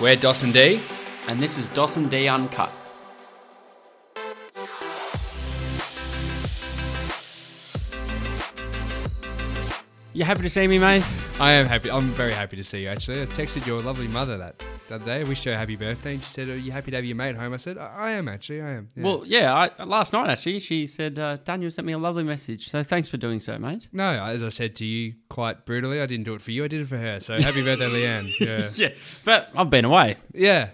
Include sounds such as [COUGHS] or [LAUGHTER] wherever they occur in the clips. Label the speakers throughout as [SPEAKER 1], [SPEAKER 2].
[SPEAKER 1] We're Dawson D.
[SPEAKER 2] and this is Dawson D Uncut. You happy to see me, mate?
[SPEAKER 1] I am happy. I'm very happy to see you, actually. I texted your lovely mother that the other day. I wished her a happy birthday. And she said, Are you happy to have your mate home? I said, I, I am, actually. I am. Yeah.
[SPEAKER 2] Well, yeah. I, last night actually, she said uh, Daniel sent me a lovely message, so thanks for doing so, mate.
[SPEAKER 1] no, as I said to you quite brutally, I didn't do it for you. I did it for her. So happy birthday,
[SPEAKER 2] [LAUGHS]
[SPEAKER 1] Leanne. Yeah.
[SPEAKER 2] [LAUGHS] Yeah, but I've been away.
[SPEAKER 1] Yeah.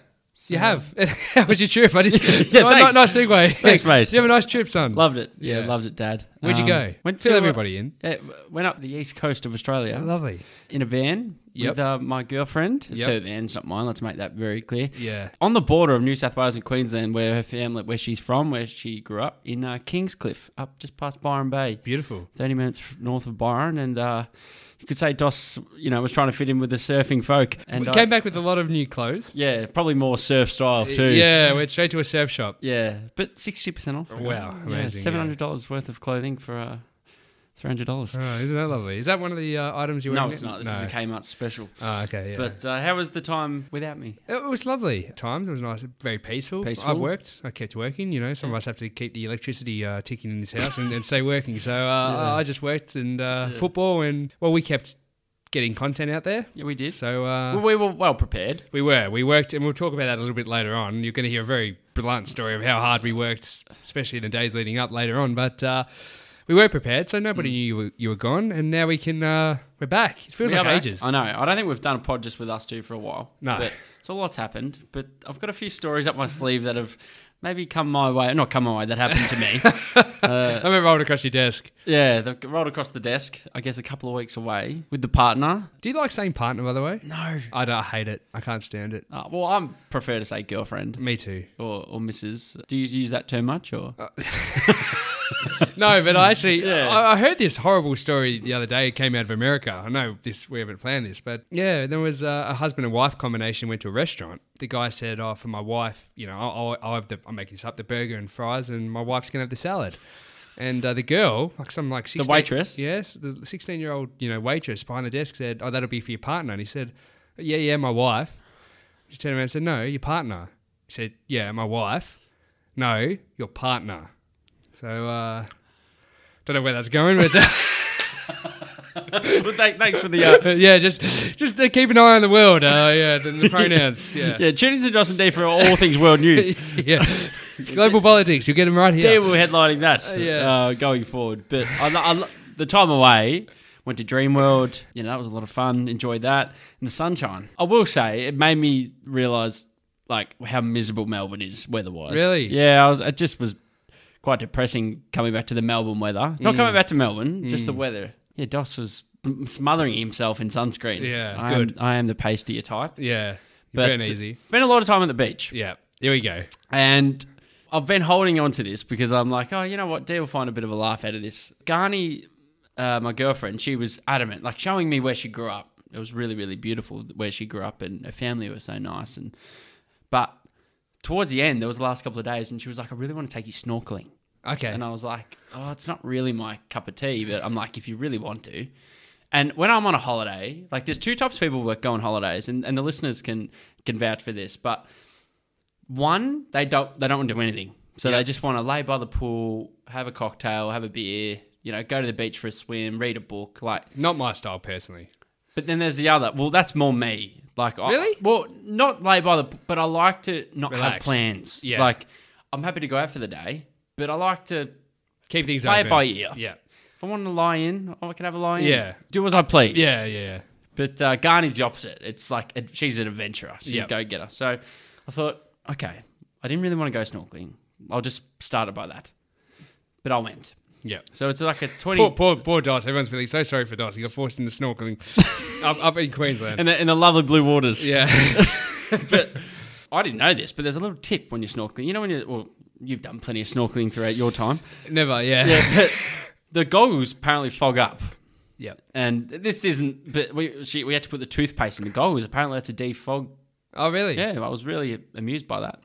[SPEAKER 1] You have. [LAUGHS] How was your trip? I did. yeah,
[SPEAKER 2] thanks.
[SPEAKER 1] nice segue.
[SPEAKER 2] Thanks,
[SPEAKER 1] [LAUGHS]
[SPEAKER 2] mate.
[SPEAKER 1] Did you have a nice trip, son?
[SPEAKER 2] Loved it. Yeah,
[SPEAKER 1] Yeah.
[SPEAKER 2] loved it, Dad.
[SPEAKER 1] Where'd you
[SPEAKER 2] Um,
[SPEAKER 1] go?
[SPEAKER 2] Went
[SPEAKER 1] Fill
[SPEAKER 2] to, uh,
[SPEAKER 1] everybody in.
[SPEAKER 2] uh, went up the east coast of Australia.
[SPEAKER 1] Lovely.
[SPEAKER 2] in a van
[SPEAKER 1] Yep.
[SPEAKER 2] with uh, my girlfriend. It's
[SPEAKER 1] Yep.
[SPEAKER 2] her van, it's not mine. Let's make that very clear.
[SPEAKER 1] Yeah.
[SPEAKER 2] On the border of New South Wales and Queensland, where her family, where she's from, where she grew up, in uh, Kingscliff, up just past Byron Bay,
[SPEAKER 1] Beautiful.
[SPEAKER 2] thirty minutes f- north of Byron, and uh, you could say Dos, you know, was trying to fit in with the surfing folk, and
[SPEAKER 1] we
[SPEAKER 2] I-
[SPEAKER 1] came back with a lot of new clothes.
[SPEAKER 2] yeah, probably more surf style too.
[SPEAKER 1] Yeah, went straight to a surf shop.
[SPEAKER 2] yeah, but sixty percent off.
[SPEAKER 1] Wow,
[SPEAKER 2] yeah,
[SPEAKER 1] amazing, yeah.
[SPEAKER 2] seven hundred dollars worth of clothing for uh, three hundred dollars.
[SPEAKER 1] Oh, isn't that lovely? Is that one of the uh, items you were
[SPEAKER 2] No,
[SPEAKER 1] in?
[SPEAKER 2] it's not. This is a Kmart special.
[SPEAKER 1] Oh, okay. Yeah.
[SPEAKER 2] But uh, how was the time without me?
[SPEAKER 1] It was lovely. At times it was nice, very peaceful. I
[SPEAKER 2] Peaceful.
[SPEAKER 1] worked. I kept working. You know, some of us have to keep the electricity uh, ticking in this house and, and stay working. So uh,
[SPEAKER 2] [LAUGHS]
[SPEAKER 1] I just worked and uh, football and well, we kept getting content out there.
[SPEAKER 2] Yeah, we did.
[SPEAKER 1] So uh,
[SPEAKER 2] Well, we were well prepared.
[SPEAKER 1] we were. We worked, and we'll talk about that a little bit later on. You're going to hear a very blunt story of how hard we worked, especially in the days leading up later on. But uh, we were prepared, so
[SPEAKER 2] Mm.
[SPEAKER 1] nobody knew you were, you were gone, and now we can. Uh, we're back. It feels
[SPEAKER 2] We
[SPEAKER 1] like
[SPEAKER 2] are back.
[SPEAKER 1] ages.
[SPEAKER 2] I know. I don't think we've done a pod just with us two for a while.
[SPEAKER 1] No.
[SPEAKER 2] But, so a lot's happened, but I've got a few stories up my sleeve that have maybe come my way. Not come my way. That happened to me. [LAUGHS] Uh,
[SPEAKER 1] I remember rolled across your desk.
[SPEAKER 2] yeah, they've rolled across the desk. I guess a couple of weeks away with the partner.
[SPEAKER 1] Do you like saying partner, by the way?
[SPEAKER 2] No.
[SPEAKER 1] I, don't, I hate it. I can't stand it.
[SPEAKER 2] Uh, well, I prefer to say girlfriend
[SPEAKER 1] Me too.
[SPEAKER 2] or, or Mrs. Do you use that term much or?
[SPEAKER 1] [LAUGHS] No, but I actually,
[SPEAKER 2] Yeah.
[SPEAKER 1] I, I heard this horrible story the other day. It came out of America. I know this. We haven't planned this, but yeah, there was a, a husband and wife combination went to a restaurant. The guy said, "Oh, for my wife, you know, I'll, I'll have the. I'm making this up: the burger and fries, and my wife's gonna have the salad." And uh, the girl, like some like 16,
[SPEAKER 2] waitress?
[SPEAKER 1] yes, the 16 year old, you know, waitress behind the desk said, "Oh, that'll be for your partner." And he said, "Yeah, yeah, my wife." She turned around and said, "No, your partner." He said, "Yeah, my wife." No, your partner. So, uh, don't know where that's going, but uh, [LAUGHS]
[SPEAKER 2] well, thank, thanks for the. Uh,
[SPEAKER 1] yeah, just just uh, keep an eye on the world. Uh, yeah, the, the
[SPEAKER 2] [LAUGHS]
[SPEAKER 1] pronouns. Yeah,
[SPEAKER 2] [LAUGHS] yeah, tune into Jocelyn D for all things world [LAUGHS] news.
[SPEAKER 1] yeah. Global politics. You'll get them right here.
[SPEAKER 2] Damn, we're headlining that
[SPEAKER 1] yeah.
[SPEAKER 2] uh, going forward. But I, lo- I, lo- the time away, went to Dreamworld. You know, that was a lot of fun. Enjoyed that. And the sunshine. I will say, it made me realise, like, how miserable Melbourne is weather-wise.
[SPEAKER 1] Really?
[SPEAKER 2] Yeah, I was, it just was quite depressing coming back to the Melbourne weather.
[SPEAKER 1] Mm.
[SPEAKER 2] Not coming back to Melbourne, just the weather. Yeah, Dos was smothering himself in sunscreen.
[SPEAKER 1] Yeah,
[SPEAKER 2] I am-
[SPEAKER 1] good.
[SPEAKER 2] I am the pastier type.
[SPEAKER 1] Yeah,
[SPEAKER 2] But
[SPEAKER 1] very easy.
[SPEAKER 2] Spent a lot of time at the beach.
[SPEAKER 1] Yeah, here we go.
[SPEAKER 2] And I've been holding on to this because I'm like, oh, you know what? Dee will find a bit of a laugh out of this. Garni, uh, my girlfriend, she was adamant, like showing me where she grew up. It was really, really beautiful where she grew up, and her family were so nice. And but towards the end, there was the last couple of days, and she was like, I really want to take you snorkeling.
[SPEAKER 1] Okay.
[SPEAKER 2] And I was like, oh, it's not really my cup of tea, but I'm like, if you really want to. And when I'm on a holiday, like there's two types of people that go on holidays, and, and the listeners can can vouch for this. But one, they don't they don't want to do anything, so they just want to lay by the pool, have a cocktail, have a beer, you know, go to the beach for a swim, read a book, like
[SPEAKER 1] Not my style personally.
[SPEAKER 2] but then there's the other. Well, that's more me. Like I,
[SPEAKER 1] Really?
[SPEAKER 2] Well, not lay by the. But I like to not have
[SPEAKER 1] Relax.
[SPEAKER 2] plans.
[SPEAKER 1] Yeah.
[SPEAKER 2] Like I'm happy to go out for the day, but I like to.
[SPEAKER 1] Keep things
[SPEAKER 2] Play it
[SPEAKER 1] open.
[SPEAKER 2] by ear.
[SPEAKER 1] Yeah.
[SPEAKER 2] If I want to lie in, I can have a lie in.
[SPEAKER 1] Yeah.
[SPEAKER 2] Do as I please.
[SPEAKER 1] Yeah, yeah, yeah.
[SPEAKER 2] But uh, Garni's the opposite. It's like ad- she's an adventurer. She's
[SPEAKER 1] Yep.
[SPEAKER 2] a go-getter. So I thought, okay, I didn't really want to go snorkeling. I'll just start it by that. But I went.
[SPEAKER 1] yeah.
[SPEAKER 2] So it's like a twenty.
[SPEAKER 1] Poor, poor, poor Doss. Everyone's feeling so sorry for Doss. He got forced into snorkeling up, up in Queensland.
[SPEAKER 2] [LAUGHS] in, the, in the lovely blue waters. [LAUGHS]
[SPEAKER 1] yeah.
[SPEAKER 2] but I didn't know this, but there's a little tip when you're snorkeling. You know when you well, you've done plenty of snorkeling throughout your time.
[SPEAKER 1] Never. [LAUGHS] Yeah.
[SPEAKER 2] Yeah, but the goggles apparently fog up,
[SPEAKER 1] Yeah.
[SPEAKER 2] and this isn't. But we she, we had to put the toothpaste in the goggles. Apparently, that's a defog.
[SPEAKER 1] Oh, really?
[SPEAKER 2] Yeah, I was really amused by that.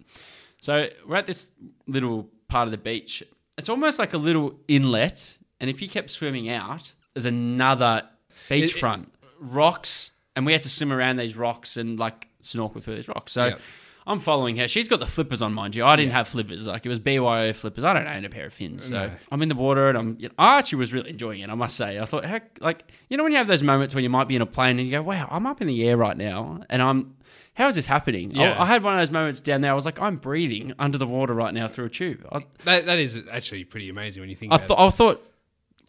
[SPEAKER 2] So we're at this little part of the beach. It's almost like a little inlet, and if you kept swimming out, there's another beachfront, rocks, and we had to swim around these rocks and like snorkel through these rocks. So
[SPEAKER 1] Yep.
[SPEAKER 2] I'm following her. She's got the flippers on, mind you. I didn't have flippers. Like it was BYO flippers. I don't own a pair of fins. So
[SPEAKER 1] No.
[SPEAKER 2] I'm in the water and I'm. You know, I actually was really enjoying it. I must say. I thought, heck, like you know when you have those moments when you might be in a plane and you go, wow, I'm up in the air right now, and I'm. How is this happening? I-
[SPEAKER 1] Yeah.
[SPEAKER 2] I, had one of those moments down there. I was like, I'm breathing under the water right now through a tube. I,
[SPEAKER 1] That, that is actually pretty amazing when you think
[SPEAKER 2] I
[SPEAKER 1] about
[SPEAKER 2] thought. I thought.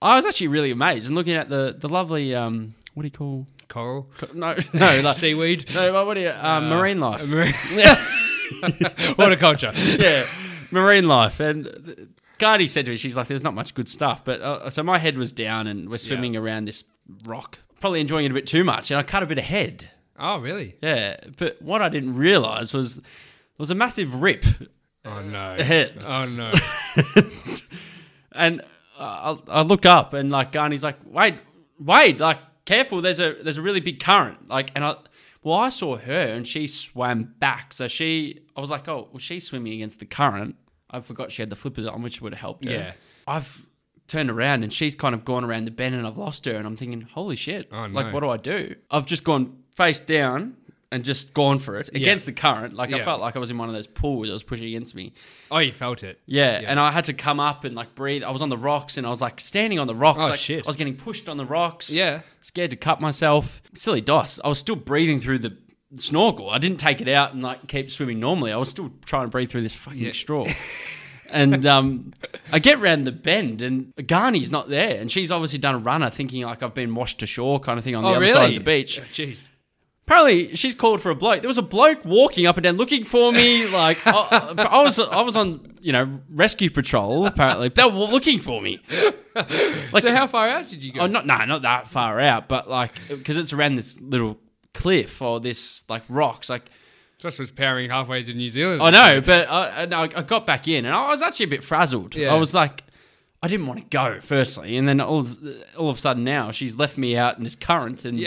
[SPEAKER 2] I was actually really amazed and looking at the the lovely um. What do you call?
[SPEAKER 1] it.
[SPEAKER 2] [LAUGHS]
[SPEAKER 1] coral,
[SPEAKER 2] No, no, [LAUGHS] like,
[SPEAKER 1] seaweed,
[SPEAKER 2] no. What, what do you? Um, marine life. [LAUGHS]
[SPEAKER 1] horticulture.
[SPEAKER 2] yeah, marine life. And the- Cardi said to me, she's like, there's not much good stuff. But uh, so my head was down and we're swimming around this rock, probably enjoying it a bit too much. And I cut a bit of head.
[SPEAKER 1] Oh, really?
[SPEAKER 2] Yeah. But what I didn't realize was there was a massive rip. [LAUGHS]
[SPEAKER 1] Oh no.
[SPEAKER 2] Head.
[SPEAKER 1] Oh
[SPEAKER 2] [LAUGHS]
[SPEAKER 1] no.
[SPEAKER 2] And I, I look up and like Garni's like, wait, wait, like careful. There's a, there's a really big current. Like, and I, well, I saw her and she swam back. So she, I was like, oh, well, she's swimming against the current. I forgot she had the flippers on, which would have helped her.
[SPEAKER 1] Yeah.
[SPEAKER 2] I've turned around and she's kind of gone around the bend and I've lost her and I'm thinking, holy shit,
[SPEAKER 1] Oh, no.
[SPEAKER 2] like what do I do? I've just gone face down and just gone for it against the current. Like I
[SPEAKER 1] Yeah.
[SPEAKER 2] felt like I was in one of those pools that was pushing against me.
[SPEAKER 1] Oh, you felt it.
[SPEAKER 2] Yeah,
[SPEAKER 1] Yeah.
[SPEAKER 2] and I had to come up and like breathe. I was on the rocks and I was like standing on the rocks.
[SPEAKER 1] Oh,
[SPEAKER 2] like,
[SPEAKER 1] shit.
[SPEAKER 2] I was getting pushed on the rocks.
[SPEAKER 1] Yeah.
[SPEAKER 2] scared to cut myself. Silly DOS. I was still breathing through the snorkel. I didn't take it out and like keep swimming normally. I was still trying to breathe through this
[SPEAKER 1] [LAUGHS]
[SPEAKER 2] fucking straw. And um, I get round the bend, and Garni's not there, and she's obviously done a runner, thinking like I've been washed to shore, kind of thing, on the
[SPEAKER 1] oh,
[SPEAKER 2] other
[SPEAKER 1] really?
[SPEAKER 2] side of the beach.
[SPEAKER 1] Oh, Jeez.
[SPEAKER 2] Apparently, she's called for a bloke. There was a bloke walking up and down looking for me. Like I, I was, I was on you know rescue patrol. Apparently, they were looking for me. Like,
[SPEAKER 1] So how far out did you go?
[SPEAKER 2] oh, not no, not that far out, but like because it's around this little cliff or this like rocks. Like
[SPEAKER 1] Josh was powering halfway to New Zealand.
[SPEAKER 2] I know, but I, and I, I got back in, and I was actually a bit frazzled.
[SPEAKER 1] Yeah.
[SPEAKER 2] I was like, I didn't want to go, firstly, and then all of, all of a sudden now she's left me out in this current, and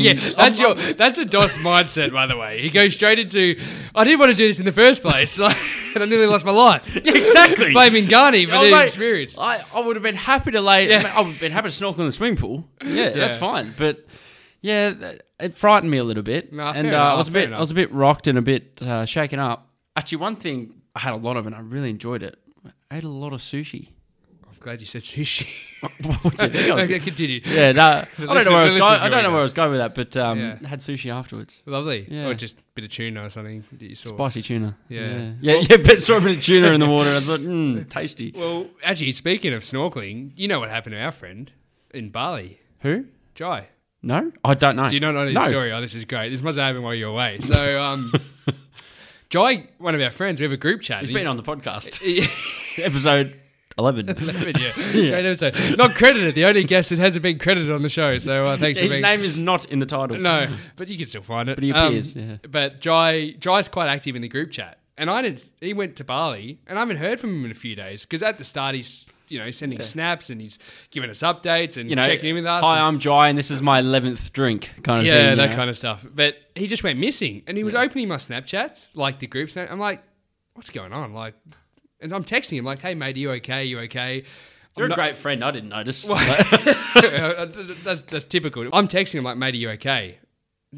[SPEAKER 1] [LAUGHS] [LAUGHS] yeah,
[SPEAKER 2] Um, I'm-
[SPEAKER 1] that's your that's a DOS mindset, by the way. He goes straight into, I didn't want to do this in the first place, [LAUGHS] like, and I nearly lost my life.
[SPEAKER 2] [LAUGHS] Yeah, exactly. Oh,
[SPEAKER 1] Blaming Ghani for
[SPEAKER 2] I was
[SPEAKER 1] the
[SPEAKER 2] like-
[SPEAKER 1] experience.
[SPEAKER 2] I, I would have been happy to lay.
[SPEAKER 1] Yeah.
[SPEAKER 2] I would have been happy to snorkel in the swimming pool. Yeah, that's
[SPEAKER 1] Yeah.
[SPEAKER 2] fine. But yeah, th- it frightened me a little bit,
[SPEAKER 1] Nah,
[SPEAKER 2] and
[SPEAKER 1] fair
[SPEAKER 2] uh, I
[SPEAKER 1] enough,
[SPEAKER 2] was a
[SPEAKER 1] fair
[SPEAKER 2] bit, I
[SPEAKER 1] enough.
[SPEAKER 2] was a bit rocked and a bit uh, shaken up. Actually, one thing I had a lot of, and I really enjoyed it. I ate a lot of sushi. [LAUGHS]
[SPEAKER 1] I'm glad you said sushi.
[SPEAKER 2] What do you think I
[SPEAKER 1] [LAUGHS]
[SPEAKER 2] was-
[SPEAKER 1] okay, continue. [LAUGHS]
[SPEAKER 2] yeah, no, I don't
[SPEAKER 1] listener-
[SPEAKER 2] know where I was
[SPEAKER 1] the
[SPEAKER 2] going.
[SPEAKER 1] listener's
[SPEAKER 2] I
[SPEAKER 1] going
[SPEAKER 2] don't know
[SPEAKER 1] now.
[SPEAKER 2] where I was going with that, but um,
[SPEAKER 1] Yeah.
[SPEAKER 2] I had sushi afterwards.
[SPEAKER 1] Lovely.
[SPEAKER 2] Yeah.
[SPEAKER 1] Or just a bit of tuna or something that you saw.
[SPEAKER 2] Spicy tuna.
[SPEAKER 1] Yeah.
[SPEAKER 2] yeah, yeah. But saw a bit of tuna in the water. and I thought, mm, tasty.
[SPEAKER 1] [LAUGHS] Well, actually, speaking of snorkeling, you know what happened to our friend in Bali,
[SPEAKER 2] Who?
[SPEAKER 1] Jai.
[SPEAKER 2] No, I don't know.
[SPEAKER 1] Do you not know this
[SPEAKER 2] No.
[SPEAKER 1] story? Oh, this is great. This must have happened while you were away. So,
[SPEAKER 2] [LAUGHS]
[SPEAKER 1] um, Jai, one of our friends, we have a group chat.
[SPEAKER 2] He's
[SPEAKER 1] [LAUGHS]
[SPEAKER 2] been on the podcast.
[SPEAKER 1] been on.
[SPEAKER 2] episode
[SPEAKER 1] [LAUGHS]
[SPEAKER 2] 11.
[SPEAKER 1] yeah. Great episode. Not credited. The only guest that hasn't been credited on the show. So uh, thanks for
[SPEAKER 2] His
[SPEAKER 1] being.
[SPEAKER 2] name is not in the title.
[SPEAKER 1] no, but you can still find it. But
[SPEAKER 2] he appears, yeah.
[SPEAKER 1] But Jai, Jai's quite active in the group chat, and I didn't. He went to Bali, and I haven't heard from him in a few days because at the start he's you know sending snaps and he's giving us updates and
[SPEAKER 2] You know,
[SPEAKER 1] checking in with us.
[SPEAKER 2] hi, I'm Jai, and this is my 11th drink kind of
[SPEAKER 1] yeah,
[SPEAKER 2] thing. you
[SPEAKER 1] that
[SPEAKER 2] know.
[SPEAKER 1] kind of stuff. But he just went missing, and he was opening my Snapchats, like the group snap. I'm like, what's going on? Like, and I'm texting him like, hey mate, are you okay? you okay? [LAUGHS] I'm
[SPEAKER 2] You're a
[SPEAKER 1] not-
[SPEAKER 2] great friend. I
[SPEAKER 1] [LAUGHS]
[SPEAKER 2] didn't notice.
[SPEAKER 1] uh, that's, that's typical. I'm texting him like, mate, are you okay?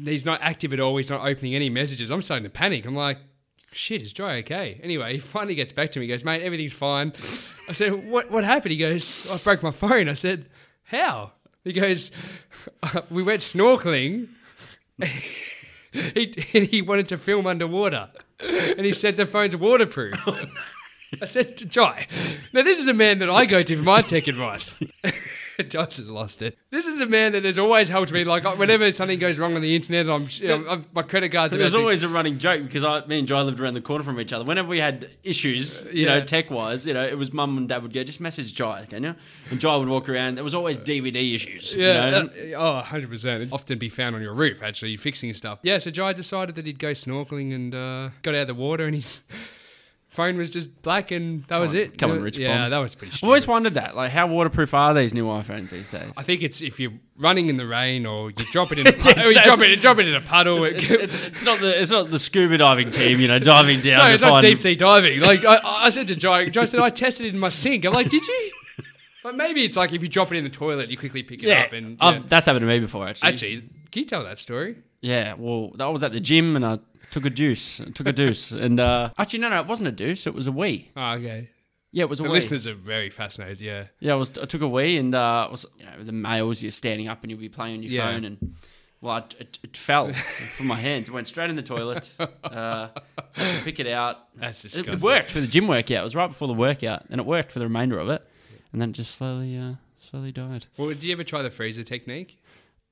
[SPEAKER 1] He's not active at all. He's not opening any messages. I'm starting to panic. I'm like, shit, is Joy okay? Anyway, he finally gets back to me. He goes, mate, everything's fine. I said, what, what happened? He goes, I broke my phone. I said, how? He goes, we went snorkeling. [LAUGHS] he, and he wanted to film underwater. And he said the phone's waterproof.
[SPEAKER 2] Oh,
[SPEAKER 1] I said to Jai, now this is a man that I go to for my tech advice. [LAUGHS] Josh has lost it. This is a man that has always helped me. Like whenever something goes wrong on the internet, I'm, I'm, I'm my credit cards.
[SPEAKER 2] There's
[SPEAKER 1] about to-
[SPEAKER 2] always a running joke because I, me and Jai lived around the corner from each other. Whenever we had issues, you know,
[SPEAKER 1] Uh, Yeah.
[SPEAKER 2] tech wise, you know, it was mum and dad would go, just message Jai, can you? And Jai would walk around. There was always DVD issues.
[SPEAKER 1] Yeah,
[SPEAKER 2] You know?
[SPEAKER 1] that- oh, 100%. It'd often be found on your roof, actually, fixing stuff. Yeah, so Jai decided that he'd go snorkeling and uh, got out of the water and his [LAUGHS] phone was just black and that was
[SPEAKER 2] on-
[SPEAKER 1] it.
[SPEAKER 2] come
[SPEAKER 1] You
[SPEAKER 2] on,
[SPEAKER 1] know,
[SPEAKER 2] Rich
[SPEAKER 1] Yeah,
[SPEAKER 2] Bomb.
[SPEAKER 1] that was pretty
[SPEAKER 2] I've always
[SPEAKER 1] stupid.
[SPEAKER 2] wondered that. Like, how waterproof are these new iPhones these days?
[SPEAKER 1] I think it's if you're running in the rain or you drop it in a puddle. you drop it, drop it in a puddle.
[SPEAKER 2] [LAUGHS] It's,
[SPEAKER 1] it-
[SPEAKER 2] it's- it's not the it's not the scuba diving team, you know, diving
[SPEAKER 1] [LAUGHS]
[SPEAKER 2] down.
[SPEAKER 1] No,
[SPEAKER 2] to
[SPEAKER 1] it's not
[SPEAKER 2] find-
[SPEAKER 1] deep sea diving. Like I, I said to Joe, Joe said I tested it in my sink. I'm like, did you? Like maybe it's like if you drop it in the toilet, you quickly pick it
[SPEAKER 2] Yeah,
[SPEAKER 1] up and
[SPEAKER 2] I've-
[SPEAKER 1] yeah.
[SPEAKER 2] that's happened to me before actually.
[SPEAKER 1] actually, can you tell that story?
[SPEAKER 2] Yeah, well, I was at the gym and I took a deuce, took a
[SPEAKER 1] [LAUGHS]
[SPEAKER 2] deuce, and uh, actually, no, no, it wasn't a deuce. It was a wee.
[SPEAKER 1] Oh, okay.
[SPEAKER 2] Yeah, it was a
[SPEAKER 1] The
[SPEAKER 2] wee.
[SPEAKER 1] listeners are very fascinated. Yeah.
[SPEAKER 2] Yeah, I was. I took a wee and uh, I was you know the males you're standing up and you'll be playing on your
[SPEAKER 1] Yeah.
[SPEAKER 2] phone and well I, it, it fell from my hands. It went straight in
[SPEAKER 1] [LAUGHS]
[SPEAKER 2] the toilet. Uh, had to pick it out.
[SPEAKER 1] That's
[SPEAKER 2] It,
[SPEAKER 1] disgusting.
[SPEAKER 2] it worked for the gym workout. It was right before the workout and it worked for the remainder of it. And then it just slowly, uh, slowly died.
[SPEAKER 1] Well, did you ever try the freezer technique?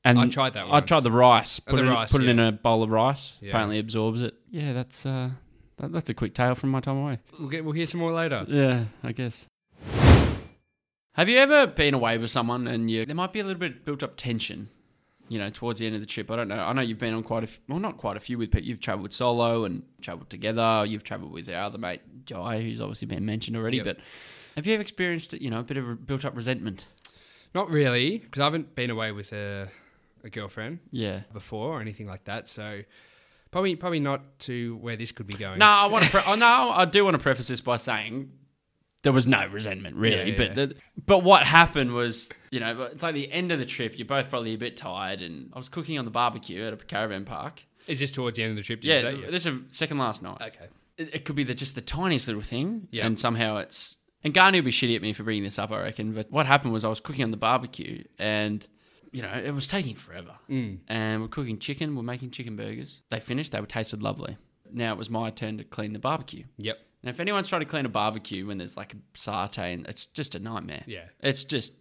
[SPEAKER 2] And
[SPEAKER 1] I tried that
[SPEAKER 2] I
[SPEAKER 1] once.
[SPEAKER 2] tried the rice. Put
[SPEAKER 1] the
[SPEAKER 2] it, in-
[SPEAKER 1] rice,
[SPEAKER 2] put it
[SPEAKER 1] yeah.
[SPEAKER 2] in a bowl of rice.
[SPEAKER 1] Yeah.
[SPEAKER 2] Apparently absorbs it. Yeah, that's uh, that, that's a quick tale from my time away.
[SPEAKER 1] We'll, get, we'll hear some more later.
[SPEAKER 2] Yeah, I guess. Have you ever been away with someone and you there might be a little bit of built up tension, you know, towards the end of the trip? I don't know. I know you've been on quite a f- well, not quite a few with people. You've travelled solo and travelled together. You've travelled with our other mate Jai, who's obviously been mentioned already.
[SPEAKER 1] Yep.
[SPEAKER 2] But have you ever experienced, you know, a bit of built up resentment?
[SPEAKER 1] Not really, because I haven't been away with a, a girlfriend
[SPEAKER 2] Yeah.
[SPEAKER 1] before or anything like that. So probably probably not to where this could be going.
[SPEAKER 2] No, I want to. Pre- oh, no, I do want to preface this by saying there was no resentment really,
[SPEAKER 1] Yeah,
[SPEAKER 2] but
[SPEAKER 1] yeah.
[SPEAKER 2] The, but what happened was, you know, it's like the end of the trip. You're both probably a bit tired, and I was cooking on the barbecue at a caravan park.
[SPEAKER 1] Is this towards the end of the trip? Did
[SPEAKER 2] Yeah,
[SPEAKER 1] You say?
[SPEAKER 2] this is second last night.
[SPEAKER 1] Okay.
[SPEAKER 2] It, it could be the, just the tiniest little thing,
[SPEAKER 1] Yeah.
[SPEAKER 2] and somehow it's. And Garni will be shitty at me for bringing this up, I reckon. But what happened was I was cooking on the barbecue, and you know it was taking forever.
[SPEAKER 1] Mm.
[SPEAKER 2] And we're cooking chicken. We're making chicken burgers. They finished. They were tasted lovely. Now it was my turn to clean the barbecue.
[SPEAKER 1] Yep.
[SPEAKER 2] Now, if anyone's trying to clean a barbecue when there's like a satay, and it's just a nightmare.
[SPEAKER 1] Yeah.
[SPEAKER 2] It's just,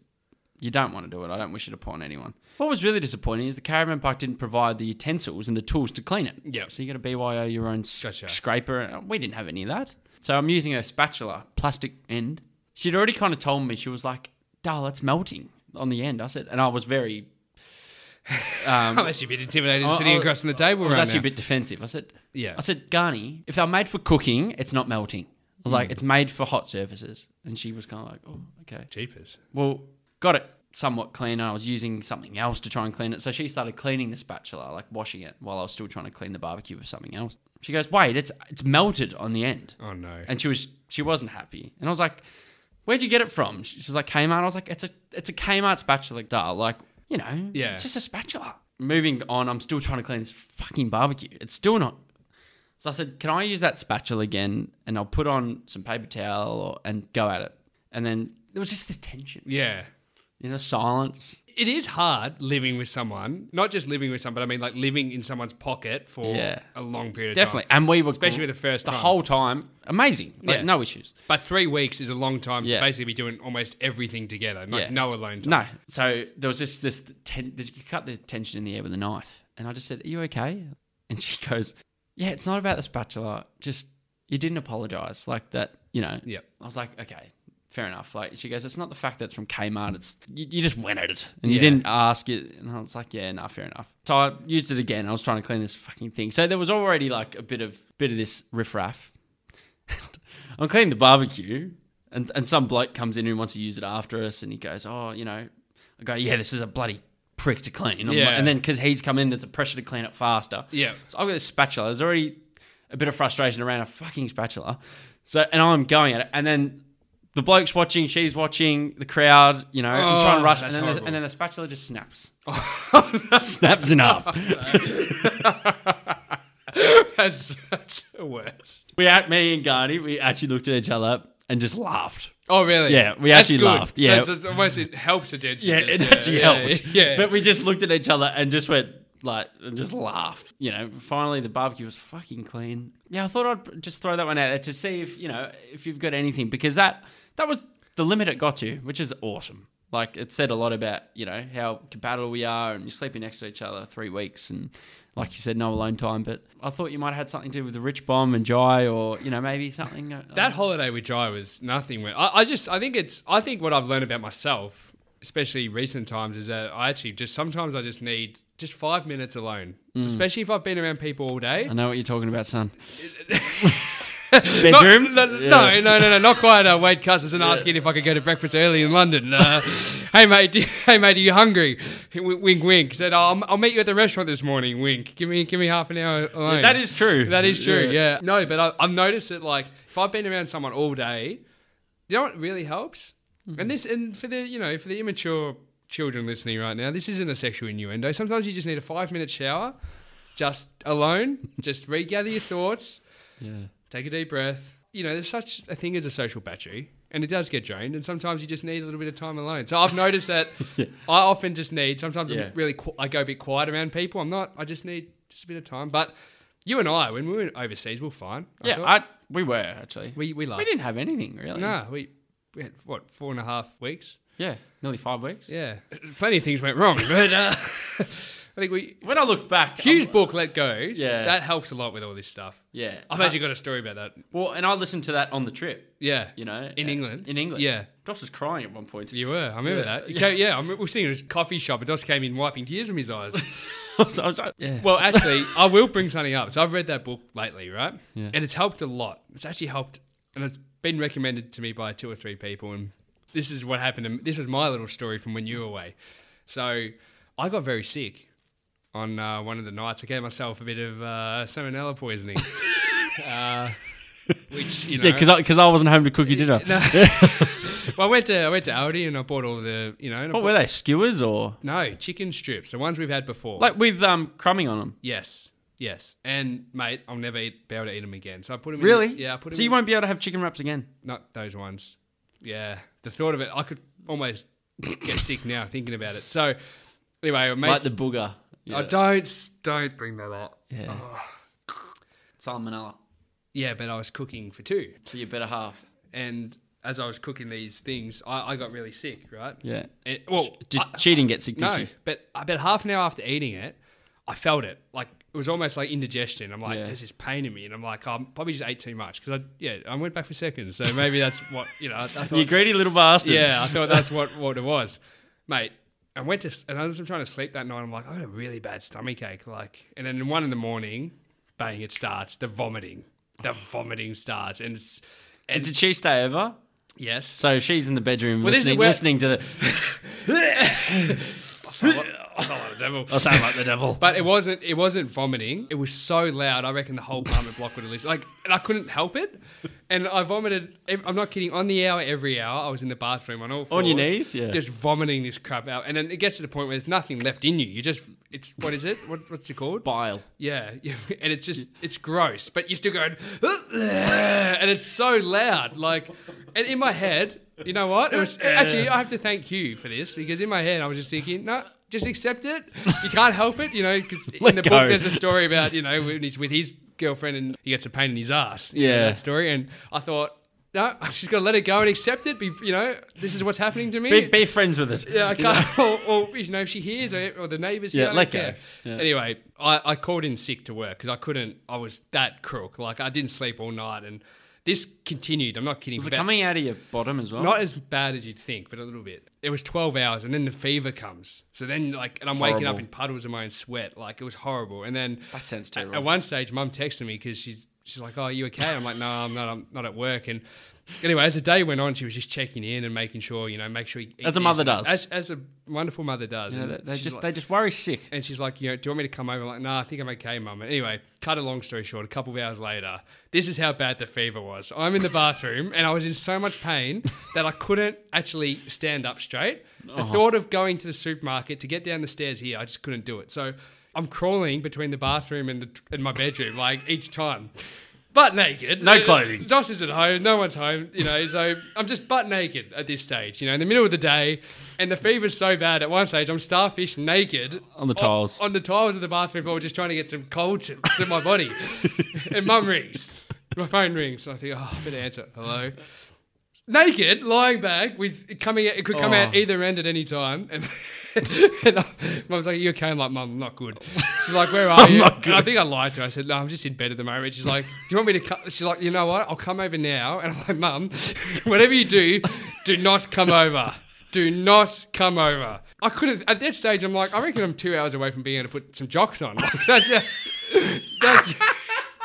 [SPEAKER 2] you don't want to do it. I don't wish it upon anyone. What was really disappointing is the caravan park didn't provide the utensils and the tools to clean it.
[SPEAKER 1] Yep.
[SPEAKER 2] So you got to BYO your own s-
[SPEAKER 1] Gotcha.
[SPEAKER 2] scraper. We didn't have any of that. So I'm using a spatula, plastic end. She'd already kind of told me, she was like, Darl, that's melting on the end. I said, and I was very.
[SPEAKER 1] [LAUGHS]
[SPEAKER 2] Um,
[SPEAKER 1] I'm actually a bit intimidated
[SPEAKER 2] I-
[SPEAKER 1] sitting
[SPEAKER 2] I-
[SPEAKER 1] across from the table
[SPEAKER 2] I was
[SPEAKER 1] right
[SPEAKER 2] actually
[SPEAKER 1] now.
[SPEAKER 2] a bit defensive. I said,
[SPEAKER 1] Yeah.
[SPEAKER 2] I said, Garni, if they're made for cooking, it's not melting. I was like, it's made for hot surfaces. And she was kind of like, oh, okay.
[SPEAKER 1] Jeepers.
[SPEAKER 2] Well, got it somewhat clean. And I was using something else to try and clean it. So she started cleaning the spatula, like washing it while I was still trying to clean the barbecue with something else. She goes, wait, it's it's melted on the end.
[SPEAKER 1] Oh no.
[SPEAKER 2] And she was she wasn't happy. And I was like, where'd you get it from? She- She's like, Kmart. I was like, it's a it's a Kmart spatula, duh. Like, you know,
[SPEAKER 1] Yeah.
[SPEAKER 2] it's just a spatula. Moving on, I'm still trying to clean this fucking barbecue. It's still not. So I said, can I use that spatula again? And I'll put on some paper towel or, and go at it. And then there was just this tension,
[SPEAKER 1] yeah.
[SPEAKER 2] you know, silence.
[SPEAKER 1] It is hard living with someone, not just living with someone, but I mean like living in someone's pocket for
[SPEAKER 2] Yeah.
[SPEAKER 1] a long period of
[SPEAKER 2] Definitely.
[SPEAKER 1] time.
[SPEAKER 2] And we were
[SPEAKER 1] Especially with the first
[SPEAKER 2] the
[SPEAKER 1] time.
[SPEAKER 2] whole time. Amazing. Like,
[SPEAKER 1] Yeah.
[SPEAKER 2] No issues.
[SPEAKER 1] But three weeks is a long time to
[SPEAKER 2] Yeah.
[SPEAKER 1] basically be doing almost everything together. Like
[SPEAKER 2] Yeah.
[SPEAKER 1] no alone time.
[SPEAKER 2] No. So there was this this ten, this- you cut the tension in the air with a knife, and I just said, "Are you okay?" And she goes, "Yeah, it's not about the spatula. Just you didn't apologize like that. You know."
[SPEAKER 1] Yep.
[SPEAKER 2] I was like, "Okay." Fair enough. Like she goes, it's not the fact that it's from Kmart. It's you, you just went at it and you
[SPEAKER 1] Yeah.
[SPEAKER 2] didn't ask it. And I was like, yeah, nah, fair enough. So I used it again. I was trying to clean this fucking thing. So there was already like a bit of bit of this riffraff. [LAUGHS] I'm cleaning the barbecue, and and some bloke comes in who wants to use it after us, and he goes, "Oh, you know," I go, "Yeah, this is a bloody prick to clean." I'm
[SPEAKER 1] Yeah.
[SPEAKER 2] like- and then because he's come in, there's a pressure to clean it faster.
[SPEAKER 1] Yeah. [LAUGHS]
[SPEAKER 2] So I've got this spatula. There's already a bit of frustration around a fucking spatula. So and I'm going at it, and then the bloke's watching, she's watching, the crowd, you know, I'm
[SPEAKER 1] Oh,
[SPEAKER 2] trying to rush, and
[SPEAKER 1] that's
[SPEAKER 2] then, the,
[SPEAKER 1] horrible. Oh,
[SPEAKER 2] and then the spatula just snaps.
[SPEAKER 1] [LAUGHS]
[SPEAKER 2] snaps enough.
[SPEAKER 1] that's that's the worst.
[SPEAKER 2] we at me and Garni, we actually looked at each other and just laughed.
[SPEAKER 1] Oh really?
[SPEAKER 2] Yeah, we
[SPEAKER 1] That's
[SPEAKER 2] actually
[SPEAKER 1] good.
[SPEAKER 2] laughed.
[SPEAKER 1] So
[SPEAKER 2] Yeah.
[SPEAKER 1] it's- it's almost it helps attention.
[SPEAKER 2] Yeah, it actually
[SPEAKER 1] yeah, [LAUGHS]
[SPEAKER 2] helped.
[SPEAKER 1] Yeah.
[SPEAKER 2] But we just looked at each other and just went like and just laughed. You know, finally the barbecue was fucking clean. Yeah, I thought I'd just throw that one out there to see if, you know, if you've got anything because that that was the limit it got to, which is awesome. Like it said a lot about, you know, how compatible we are and you're sleeping next to each other three weeks and like you said, no alone time. But I thought you might have had something to do with the rich bomb and Jai or, you know, maybe something uh,
[SPEAKER 1] That holiday with Jai was nothing. When I, I just, I think it's, I think what I've learned about myself, especially recent times, is that I actually just sometimes I just need just five minutes alone,
[SPEAKER 2] Mm.
[SPEAKER 1] especially if I've been around people all day.
[SPEAKER 2] I know what you're talking about, son.
[SPEAKER 1] Not-
[SPEAKER 2] Bedroom?
[SPEAKER 1] no, no, no, no, no, not quite. Uh, Wade Cousins and asking if I could go to breakfast early in London. Uh, [LAUGHS] hey mate, do, hey mate, are you [LAUGHS] hungry? W- wink, wink. Said "Oh, I'll, I'll meet you at the restaurant this morning. Wink. Give me, give me half an hour alone.
[SPEAKER 2] That is true.
[SPEAKER 1] That is true. Yeah. No, but I, I've noticed that like if I've been around someone all day, you know what really helps.
[SPEAKER 2] Hmm.
[SPEAKER 1] And this, and for the you know for the immature children listening right now, this isn't a sexual innuendo. Sometimes you just need a five minute shower. just alone, just regather your thoughts,
[SPEAKER 2] Yeah.
[SPEAKER 1] take a deep breath. You know, there's such a thing as a social battery, and it does get drained. And sometimes you just need a little bit of time alone. So I've noticed
[SPEAKER 2] [LAUGHS]
[SPEAKER 1] that I often just need. Sometimes
[SPEAKER 2] Yeah.
[SPEAKER 1] I'm really, qu- I go a bit quiet around people. I'm not. I just need just a bit of time. But you and I, when we were overseas, we we're fine. I
[SPEAKER 2] Yeah,
[SPEAKER 1] thought.
[SPEAKER 2] I, we were actually. We,
[SPEAKER 1] we we laughed.
[SPEAKER 2] didn't have anything really.
[SPEAKER 1] No, we, we had what four and a half weeks.
[SPEAKER 2] Yeah, nearly five weeks.
[SPEAKER 1] Yeah, [LAUGHS] plenty of things went wrong, but uh, [LAUGHS] I think
[SPEAKER 2] [LAUGHS]
[SPEAKER 1] we
[SPEAKER 2] When I look back, I'm
[SPEAKER 1] Hugh's
[SPEAKER 2] like-
[SPEAKER 1] book "Let Go"
[SPEAKER 2] Yeah.
[SPEAKER 1] that helps a lot with all this stuff.
[SPEAKER 2] yeah, Uh,
[SPEAKER 1] I've actually got a story about that.
[SPEAKER 2] well, and I listened to that on the trip.
[SPEAKER 1] Yeah,
[SPEAKER 2] You know,
[SPEAKER 1] In
[SPEAKER 2] uh,
[SPEAKER 1] England?
[SPEAKER 2] In England,
[SPEAKER 1] Yeah.
[SPEAKER 2] Josh was crying at one point.
[SPEAKER 1] you were. I remember
[SPEAKER 2] Yeah.
[SPEAKER 1] that. You came- yeah, I remember- we were sitting in a coffee shop, and Dos came in wiping tears from his
[SPEAKER 2] [LAUGHS]
[SPEAKER 1] eyes.
[SPEAKER 2] [LAUGHS] I was- I was like- yeah.
[SPEAKER 1] well, actually, I will bring something up. So I've read that book lately, right?
[SPEAKER 2] Yeah.
[SPEAKER 1] And it's helped a lot. It's actually helped, and it's been recommended to me by two or three people. And this is what happened. To me. This was my little story from when you were away. So I got very sick on uh, one of the nights. I gave myself a bit of uh, salmonella
[SPEAKER 2] [LAUGHS]
[SPEAKER 1] poisoning, uh, which you know.
[SPEAKER 2] yeah, because because I, wasn't home to cook you dinner.
[SPEAKER 1] [LAUGHS]
[SPEAKER 2] [LAUGHS]
[SPEAKER 1] No. well, I went to I went to Aldi and I bought all the you know. and I
[SPEAKER 2] What
[SPEAKER 1] bought-
[SPEAKER 2] were they? Skewers or
[SPEAKER 1] no chicken strips, the ones we've had before.
[SPEAKER 2] like with um crumbing on them?
[SPEAKER 1] Yes, yes. And mate, I'll never eat, be able to eat them again. So I put them. In, yeah, I put them.
[SPEAKER 2] So you
[SPEAKER 1] in,
[SPEAKER 2] won't be able to have chicken wraps again.
[SPEAKER 1] not those ones. Yeah, the thought of it, I could almost get sick now thinking about it. So anyway, mate,
[SPEAKER 2] Like the booger. Yeah.
[SPEAKER 1] I don't don't bring that up.
[SPEAKER 2] Yeah. Salmonella
[SPEAKER 1] Yeah, but I was cooking for two,
[SPEAKER 2] for your better half.
[SPEAKER 1] and as I was cooking these things, I, I got really sick. Right.
[SPEAKER 2] Yeah.
[SPEAKER 1] It, well,
[SPEAKER 2] Just
[SPEAKER 1] I-
[SPEAKER 2] cheating gets sick,
[SPEAKER 1] No,
[SPEAKER 2] tissue.
[SPEAKER 1] but about half an hour after eating it, I felt it. Like it was almost like indigestion. I'm like,
[SPEAKER 2] Yeah.
[SPEAKER 1] there's this pain in me, and I'm like, I probably just ate too much because I, yeah, I went back for seconds. So maybe that's what you know. I, I thought,
[SPEAKER 2] [LAUGHS] You greedy little bastard.
[SPEAKER 1] yeah, I thought that's what what it was, mate. I went to s- and I was trying to sleep that night. I'm like, I had a really bad stomach ache, like, and then one in the morning, bang, it starts the vomiting. The vomiting starts, and it's
[SPEAKER 2] And
[SPEAKER 1] and
[SPEAKER 2] did she stay over?
[SPEAKER 1] yes, [LAUGHS]
[SPEAKER 2] So she's in the bedroom
[SPEAKER 1] Well, this is
[SPEAKER 2] listening,
[SPEAKER 1] where-
[SPEAKER 2] listening
[SPEAKER 1] [LAUGHS]
[SPEAKER 2] to the.
[SPEAKER 1] I sound like, I sound like the devil.
[SPEAKER 2] I sound like the devil.
[SPEAKER 1] But it wasn't. It wasn't vomiting. It was so loud. I reckon the whole apartment block would have listened. Like, and I couldn't help it. And I vomited. ev- I'm not kidding. On the hour, every hour, I was in the bathroom on all fours,
[SPEAKER 2] On your knees? Yeah.
[SPEAKER 1] just vomiting this crap out. And then it gets to the point where there's nothing left in you. You just. It's what is it? What, what's it called?
[SPEAKER 2] Bile.
[SPEAKER 1] Yeah, [LAUGHS] yeah, and it's just it's gross, but you're still going, and it's so loud. Like, and in my head, you know what? It
[SPEAKER 2] [LAUGHS]
[SPEAKER 1] was actually I have to thank you for this because in my head I was just thinking, no, just accept it. You can't help it, you know. Because in
[SPEAKER 2] Let
[SPEAKER 1] the
[SPEAKER 2] go.
[SPEAKER 1] book there's a story about you know when he's with his girlfriend and he gets a pain in his ass. you know,
[SPEAKER 2] Yeah.
[SPEAKER 1] that story. And I thought, no, [LAUGHS] I'm just gonna let it go and accept it. Be, you know, this is what's happening to me.
[SPEAKER 2] Be, be friends with us. [LAUGHS]
[SPEAKER 1] Yeah, I can't. Or, or you know, if she hears it, or the neighbours.
[SPEAKER 2] Yeah,
[SPEAKER 1] hear, I
[SPEAKER 2] let
[SPEAKER 1] don't
[SPEAKER 2] go.
[SPEAKER 1] care.
[SPEAKER 2] Yeah.
[SPEAKER 1] Anyway, I, I called in sick to work because I couldn't. I was that crook. Like I didn't sleep all night, and this continued. I'm not kidding.
[SPEAKER 2] Was it
[SPEAKER 1] About-
[SPEAKER 2] coming out of your bottom as well?
[SPEAKER 1] not as bad as you'd think, but a little bit. It was 12 hours, and then the fever comes. So then, like, and I'm waking up
[SPEAKER 2] Horrible.
[SPEAKER 1] in puddles of my own sweat. Like, it was horrible. And then
[SPEAKER 2] That sounds
[SPEAKER 1] at-
[SPEAKER 2] terrible.
[SPEAKER 1] At one stage, Mum texted me because she's she's like, "Oh, are you okay?" I'm like, "No, I'm not. I'm not at work." And anyway, as the day went on, she was just checking in and making sure, you know, make sure you eat
[SPEAKER 2] As a
[SPEAKER 1] this
[SPEAKER 2] mother
[SPEAKER 1] and-
[SPEAKER 2] does.
[SPEAKER 1] as, as a wonderful mother does.
[SPEAKER 2] You know,
[SPEAKER 1] And
[SPEAKER 2] they, they
[SPEAKER 1] she's
[SPEAKER 2] just
[SPEAKER 1] like-
[SPEAKER 2] they just worry sick.
[SPEAKER 1] and she's like, you know, do you want me to come over? I'm like, nah, I think I'm okay, mum. Anyway, cut a long story short, a couple of hours later, this is how bad the fever was. I'm in the bathroom and I was in so much
[SPEAKER 2] [LAUGHS]
[SPEAKER 1] pain that I couldn't actually stand up straight. The
[SPEAKER 2] Uh-huh.
[SPEAKER 1] thought of going to the supermarket to get down the stairs here, I just couldn't do it. So I'm crawling between the bathroom and, the, and my bedroom, like each time. Butt naked.
[SPEAKER 2] No clothing.
[SPEAKER 1] Josh is at home, no one's home, you know, so I'm just butt naked at this stage, you know, in the middle of the day, and the fever's so bad at one stage, I'm starfish naked
[SPEAKER 2] On the tiles.
[SPEAKER 1] On, the tiles of the bathroom floor, just trying to get some cold to, to my body. and mum rings. My phone rings. I think, oh, I better answer. Hello. Naked, lying back, with it coming out, it could come out
[SPEAKER 2] Oh.
[SPEAKER 1] either end at any time. And, [LAUGHS] and I, mum's like, You okay? I'm like, Mum, I'm not good. She's like, Where are
[SPEAKER 2] I'm
[SPEAKER 1] you?
[SPEAKER 2] not
[SPEAKER 1] And I
[SPEAKER 2] good.
[SPEAKER 1] think I lied to her. I said, No, I'm just in bed at the moment. She's like, Do you want me to come? She's like, You know what? I'll come over now. And I'm like, Mum, [LAUGHS] whatever you do, do not come over. Do not come over. I couldn't, at that stage, I'm like, I reckon I'm two hours away from being able to put some jocks on. [LAUGHS] Like, that's, how,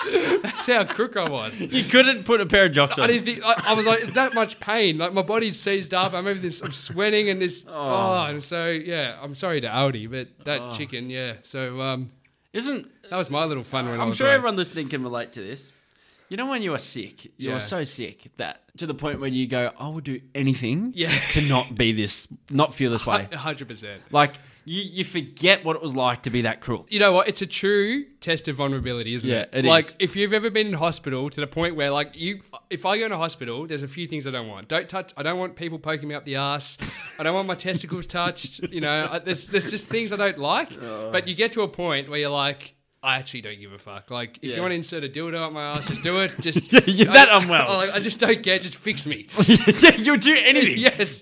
[SPEAKER 1] that's, that's how crook I was.
[SPEAKER 2] You couldn't put a pair of jocks on.
[SPEAKER 1] I didn't think I, I was like that much pain. Like my body's seized up. I'm over this. I'm sweating and this. Oh, and so yeah. I'm sorry to Audi, but
[SPEAKER 2] Oh.
[SPEAKER 1] that chicken. Yeah. So um,
[SPEAKER 2] Isn't
[SPEAKER 1] that was my little fun when I
[SPEAKER 2] I'm
[SPEAKER 1] was
[SPEAKER 2] sure
[SPEAKER 1] away.
[SPEAKER 2] everyone listening can relate to this. You know when you are sick, you
[SPEAKER 1] Yeah.
[SPEAKER 2] are so sick that to the point where you go, I will do anything
[SPEAKER 1] Yeah. [LAUGHS]
[SPEAKER 2] to not be this, not feel this way.
[SPEAKER 1] A hundred percent.
[SPEAKER 2] like you you forget what it was like to be that
[SPEAKER 1] [LAUGHS]
[SPEAKER 2] cruel.
[SPEAKER 1] You know what? It's a true test of vulnerability, isn't
[SPEAKER 2] Yeah,
[SPEAKER 1] it?
[SPEAKER 2] it
[SPEAKER 1] like,
[SPEAKER 2] is.
[SPEAKER 1] if you've ever been in hospital to the point where, like, you, if I go into hospital, there's a few things I don't want. Don't touch. I don't want people poking me up the ass. I don't want my testicles touched. You know, I, there's there's just things I don't like.
[SPEAKER 2] Oh.
[SPEAKER 1] But you get to a point where you're like. I actually don't give a fuck. Like, if
[SPEAKER 2] Yeah.
[SPEAKER 1] you want to insert a dildo up my ass, just do it.
[SPEAKER 2] [LAUGHS]
[SPEAKER 1] Just
[SPEAKER 2] you're that
[SPEAKER 1] I- [LAUGHS]
[SPEAKER 2] unwell.
[SPEAKER 1] I, I just don't care. Just fix me.
[SPEAKER 2] yeah, [LAUGHS] you'll do anything.
[SPEAKER 1] [LAUGHS] yes,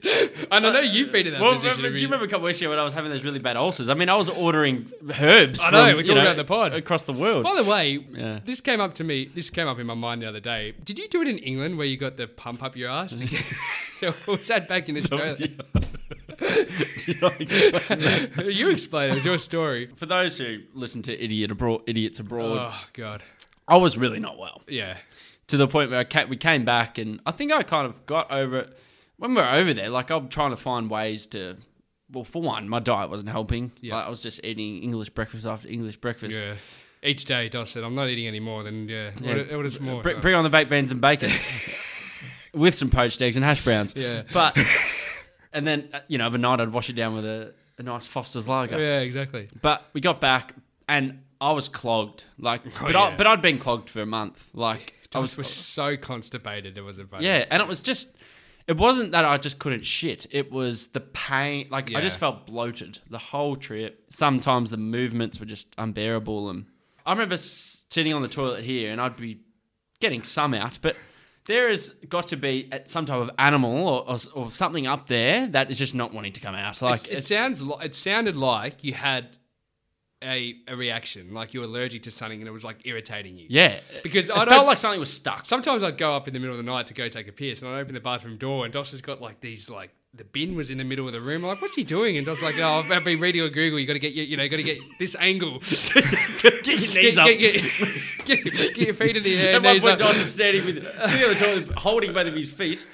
[SPEAKER 1] and I know you've been in that
[SPEAKER 2] Well,
[SPEAKER 1] position.
[SPEAKER 2] remember,
[SPEAKER 1] Have
[SPEAKER 2] do
[SPEAKER 1] you-
[SPEAKER 2] you remember a couple of weeks ago when I was having those really bad ulcers? I mean, I was ordering herbs.
[SPEAKER 1] I know,
[SPEAKER 2] from,
[SPEAKER 1] we're
[SPEAKER 2] you
[SPEAKER 1] talking about the pod.
[SPEAKER 2] across the world.
[SPEAKER 1] By the way,
[SPEAKER 2] Yeah.
[SPEAKER 1] this came up to me. This came up in my mind the other day. Did you do it in England where you got the pump up your ass? to get- [LAUGHS] Or was that back in
[SPEAKER 2] [LAUGHS]
[SPEAKER 1] Australia? [LAUGHS] you explain it. It was your story.
[SPEAKER 2] [LAUGHS] For those who listen to Idiot Abroad, Idiots Abroad,
[SPEAKER 1] Oh god.
[SPEAKER 2] I was really not well
[SPEAKER 1] Yeah.
[SPEAKER 2] to the point where I ca we came back, and I think I kind of got over it when we were over there. Like I'm trying to find ways to. Well, for one, my diet wasn't helping.
[SPEAKER 1] Yeah.
[SPEAKER 2] Like, I was just eating English breakfast after English breakfast.
[SPEAKER 1] Yeah. Each day, Doss said, "I'm not eating any more." Then yeah,
[SPEAKER 2] Yeah.
[SPEAKER 1] What, what is more?
[SPEAKER 2] Br- bring on the baked beans and bacon [LAUGHS] with some poached eggs and hash browns.
[SPEAKER 1] Yeah. [LAUGHS]
[SPEAKER 2] But, and then, uh, you know, overnight I'd wash it down with a, a nice Foster's lager.
[SPEAKER 1] yeah, exactly.
[SPEAKER 2] But we got back and I was clogged. Like, but, I,
[SPEAKER 1] Oh, yeah.
[SPEAKER 2] but I'd been clogged for a month. Like, I
[SPEAKER 1] Doss
[SPEAKER 2] was,
[SPEAKER 1] was so constipated. It was a
[SPEAKER 2] yeah. And it was just, it wasn't that I just couldn't shit. It was the pain. Like, I just
[SPEAKER 1] Yeah.
[SPEAKER 2] felt bloated the whole trip. Sometimes the movements were just unbearable. And I remember s- sitting on the toilet here and I'd be getting some out, but there has got to be at some type of animal or, or, or something up there that is just not wanting to come out. Like,
[SPEAKER 1] It's- it sounds. Li- it sounded like you had a a reaction, like you were allergic to something, and it was like irritating you.
[SPEAKER 2] yeah. [LAUGHS]
[SPEAKER 1] Because
[SPEAKER 2] it
[SPEAKER 1] I
[SPEAKER 2] felt
[SPEAKER 1] don't-
[SPEAKER 2] like something was stuck.
[SPEAKER 1] Sometimes I'd go up in the middle of the night to go take a piss, and I'd open the bathroom door, and Doss has got like these like the bin was in the middle of the room. I'm like, what's he doing? And Doss like, oh, I've- I've been reading on Google. You got to get your, you know, got to get this [LAUGHS] angle.
[SPEAKER 2] Get your
[SPEAKER 1] Get, get, get, [LAUGHS] get, get your feet in the air.
[SPEAKER 2] At one
[SPEAKER 1] knees
[SPEAKER 2] point,
[SPEAKER 1] up.
[SPEAKER 2] Dyson was standing with sitting on the toilet, holding both of his feet. [LAUGHS]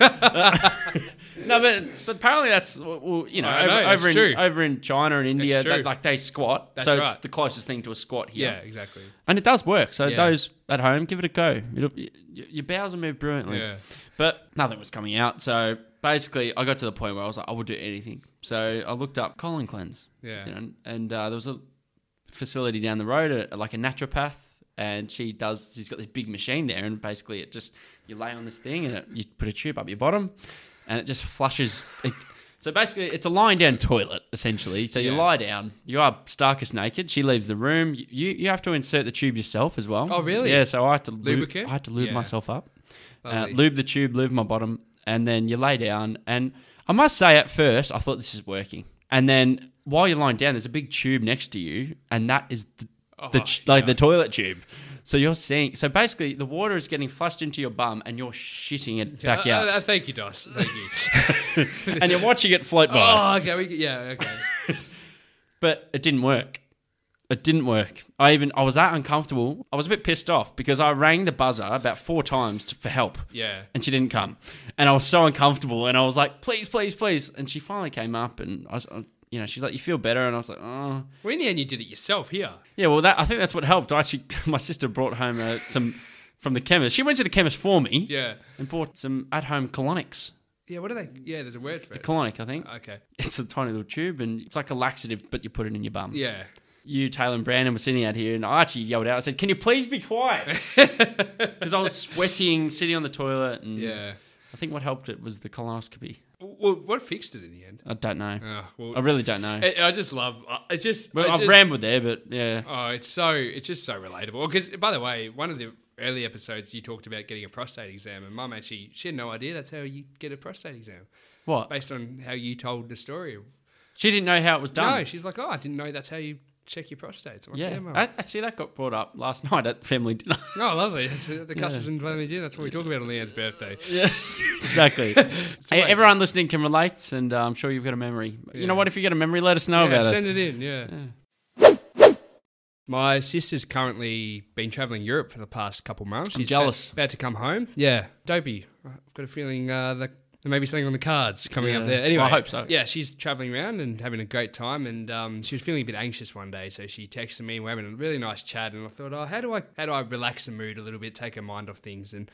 [SPEAKER 2] no, but, but apparently that's well, you know,
[SPEAKER 1] I
[SPEAKER 2] over,
[SPEAKER 1] know, that's
[SPEAKER 2] over in
[SPEAKER 1] true.
[SPEAKER 2] over in China and India,
[SPEAKER 1] That's true.
[SPEAKER 2] that, like they squat,
[SPEAKER 1] That's
[SPEAKER 2] so it's
[SPEAKER 1] right.
[SPEAKER 2] the closest thing to a squat here,
[SPEAKER 1] yeah, exactly.
[SPEAKER 2] and it does work. So
[SPEAKER 1] Yeah.
[SPEAKER 2] those at home, give it a go. It'll, y- y- your bowels will move brilliantly.
[SPEAKER 1] Yeah.
[SPEAKER 2] But nothing was coming out, so basically, I got to the point where I was like, I will do anything. So I looked up colon cleanse.
[SPEAKER 1] Yeah.
[SPEAKER 2] you know, and uh, there was a facility down the road, uh, like a naturopath, and she does. She's got this big machine there, and basically, it just you lay on this thing, and it, you put a tube up your bottom, and it just flushes. It, so basically, it's a lying down toilet essentially. So you
[SPEAKER 1] Yeah.
[SPEAKER 2] lie down, you are starkest naked. She leaves the room. You- You you have to insert the tube yourself as well.
[SPEAKER 1] Oh, really?
[SPEAKER 2] Yeah. So I had to lube,
[SPEAKER 1] Lubricant?
[SPEAKER 2] I had to lube
[SPEAKER 1] Yeah.
[SPEAKER 2] myself up uh,
[SPEAKER 1] Lovely.
[SPEAKER 2] lube the tube, lube my bottom, and then you lay down. And I must say, at first, I thought this is working. And then while you're lying down, there's a big tube next to you, and that is the, the
[SPEAKER 1] Oh,
[SPEAKER 2] ch- like the toilet tube. So you're seeing. So basically, the water is getting flushed into your bum, and you're shitting it back
[SPEAKER 1] Uh, uh,
[SPEAKER 2] out,
[SPEAKER 1] thank you, Doss. Thank you.
[SPEAKER 2] [LAUGHS] and you're watching it float by.
[SPEAKER 1] oh, okay. We, yeah, okay.
[SPEAKER 2] But it didn't work. It didn't work. I even I was that uncomfortable. I was a bit pissed off because I rang the buzzer about four times to, for help.
[SPEAKER 1] Yeah.
[SPEAKER 2] and she didn't come. And I was so uncomfortable, and I was like, please, please, please. And she finally came up, and I was, uh, you know, she's like, you feel better, and I was like, oh,
[SPEAKER 1] Well, in the end, you did it yourself here.
[SPEAKER 2] yeah. Well, that I think that's what helped. I actually, [LAUGHS] my sister brought home uh, some from the chemist. She went to the chemist for me
[SPEAKER 1] Yeah.
[SPEAKER 2] and bought some at-home colonics.
[SPEAKER 1] Yeah. What are they? Yeah. There's a word for it.
[SPEAKER 2] Colonic, I think.
[SPEAKER 1] Okay.
[SPEAKER 2] It's a tiny little tube, and it's like a laxative, but you put it in your bum.
[SPEAKER 1] Yeah.
[SPEAKER 2] you, Taylor, and Brandon were sitting out here, and I actually yelled out. I said, "Can you please
[SPEAKER 1] [LAUGHS]
[SPEAKER 2] be quiet?" Because I was sweating, sitting on the toilet, and
[SPEAKER 1] Yeah.
[SPEAKER 2] I think what helped it was the colonoscopy.
[SPEAKER 1] Well, what fixed it in the end?
[SPEAKER 2] I don't know.
[SPEAKER 1] Uh, well,
[SPEAKER 2] I really don't know.
[SPEAKER 1] I, I just love. I- It's just.
[SPEAKER 2] Well,
[SPEAKER 1] it's
[SPEAKER 2] I've
[SPEAKER 1] just-
[SPEAKER 2] rambled there, but yeah.
[SPEAKER 1] Oh, it's so. It's just so relatable. Because by the way, one of the early episodes you talked about getting a prostate exam, and Mum actually she had no idea that's how you get a prostate exam
[SPEAKER 2] What?
[SPEAKER 1] based on how you told the story.
[SPEAKER 2] She didn't know how it was done.
[SPEAKER 1] No, she's like, oh, I didn't know that's how you check your prostate. I'm like, yeah,
[SPEAKER 2] yeah.
[SPEAKER 1] Mum.
[SPEAKER 2] A- Actually, that got brought up last [LAUGHS] night at the
[SPEAKER 1] [LAUGHS]
[SPEAKER 2] family dinner.
[SPEAKER 1] oh, lovely. That's,
[SPEAKER 2] [LAUGHS]
[SPEAKER 1] the customers and family dinner. That's what we talk about on Leanne's birthday. [LAUGHS]
[SPEAKER 2] exactly. Hey, everyone listening can relate, and uh, I'm sure you've got a memory. You know
[SPEAKER 1] Yeah.
[SPEAKER 2] what? If you get a memory, let us know
[SPEAKER 1] yeah,
[SPEAKER 2] about it.
[SPEAKER 1] send it in. Yeah. My sister's currently been traveling Europe for the past couple months.
[SPEAKER 2] I'm
[SPEAKER 1] She's
[SPEAKER 2] jealous.
[SPEAKER 1] About, about to come home. Yeah, dopey. I've got a feeling uh, that there may be something on the cards coming
[SPEAKER 2] Yeah.
[SPEAKER 1] up there. Anyway,
[SPEAKER 2] I hope so.
[SPEAKER 1] Yeah, she's traveling around and having a great time, and um, she was feeling a bit anxious one day, so she texted me. and We're having a really nice chat, and I thought, oh, how do I how do I relax the mood a little bit, take her mind off things, and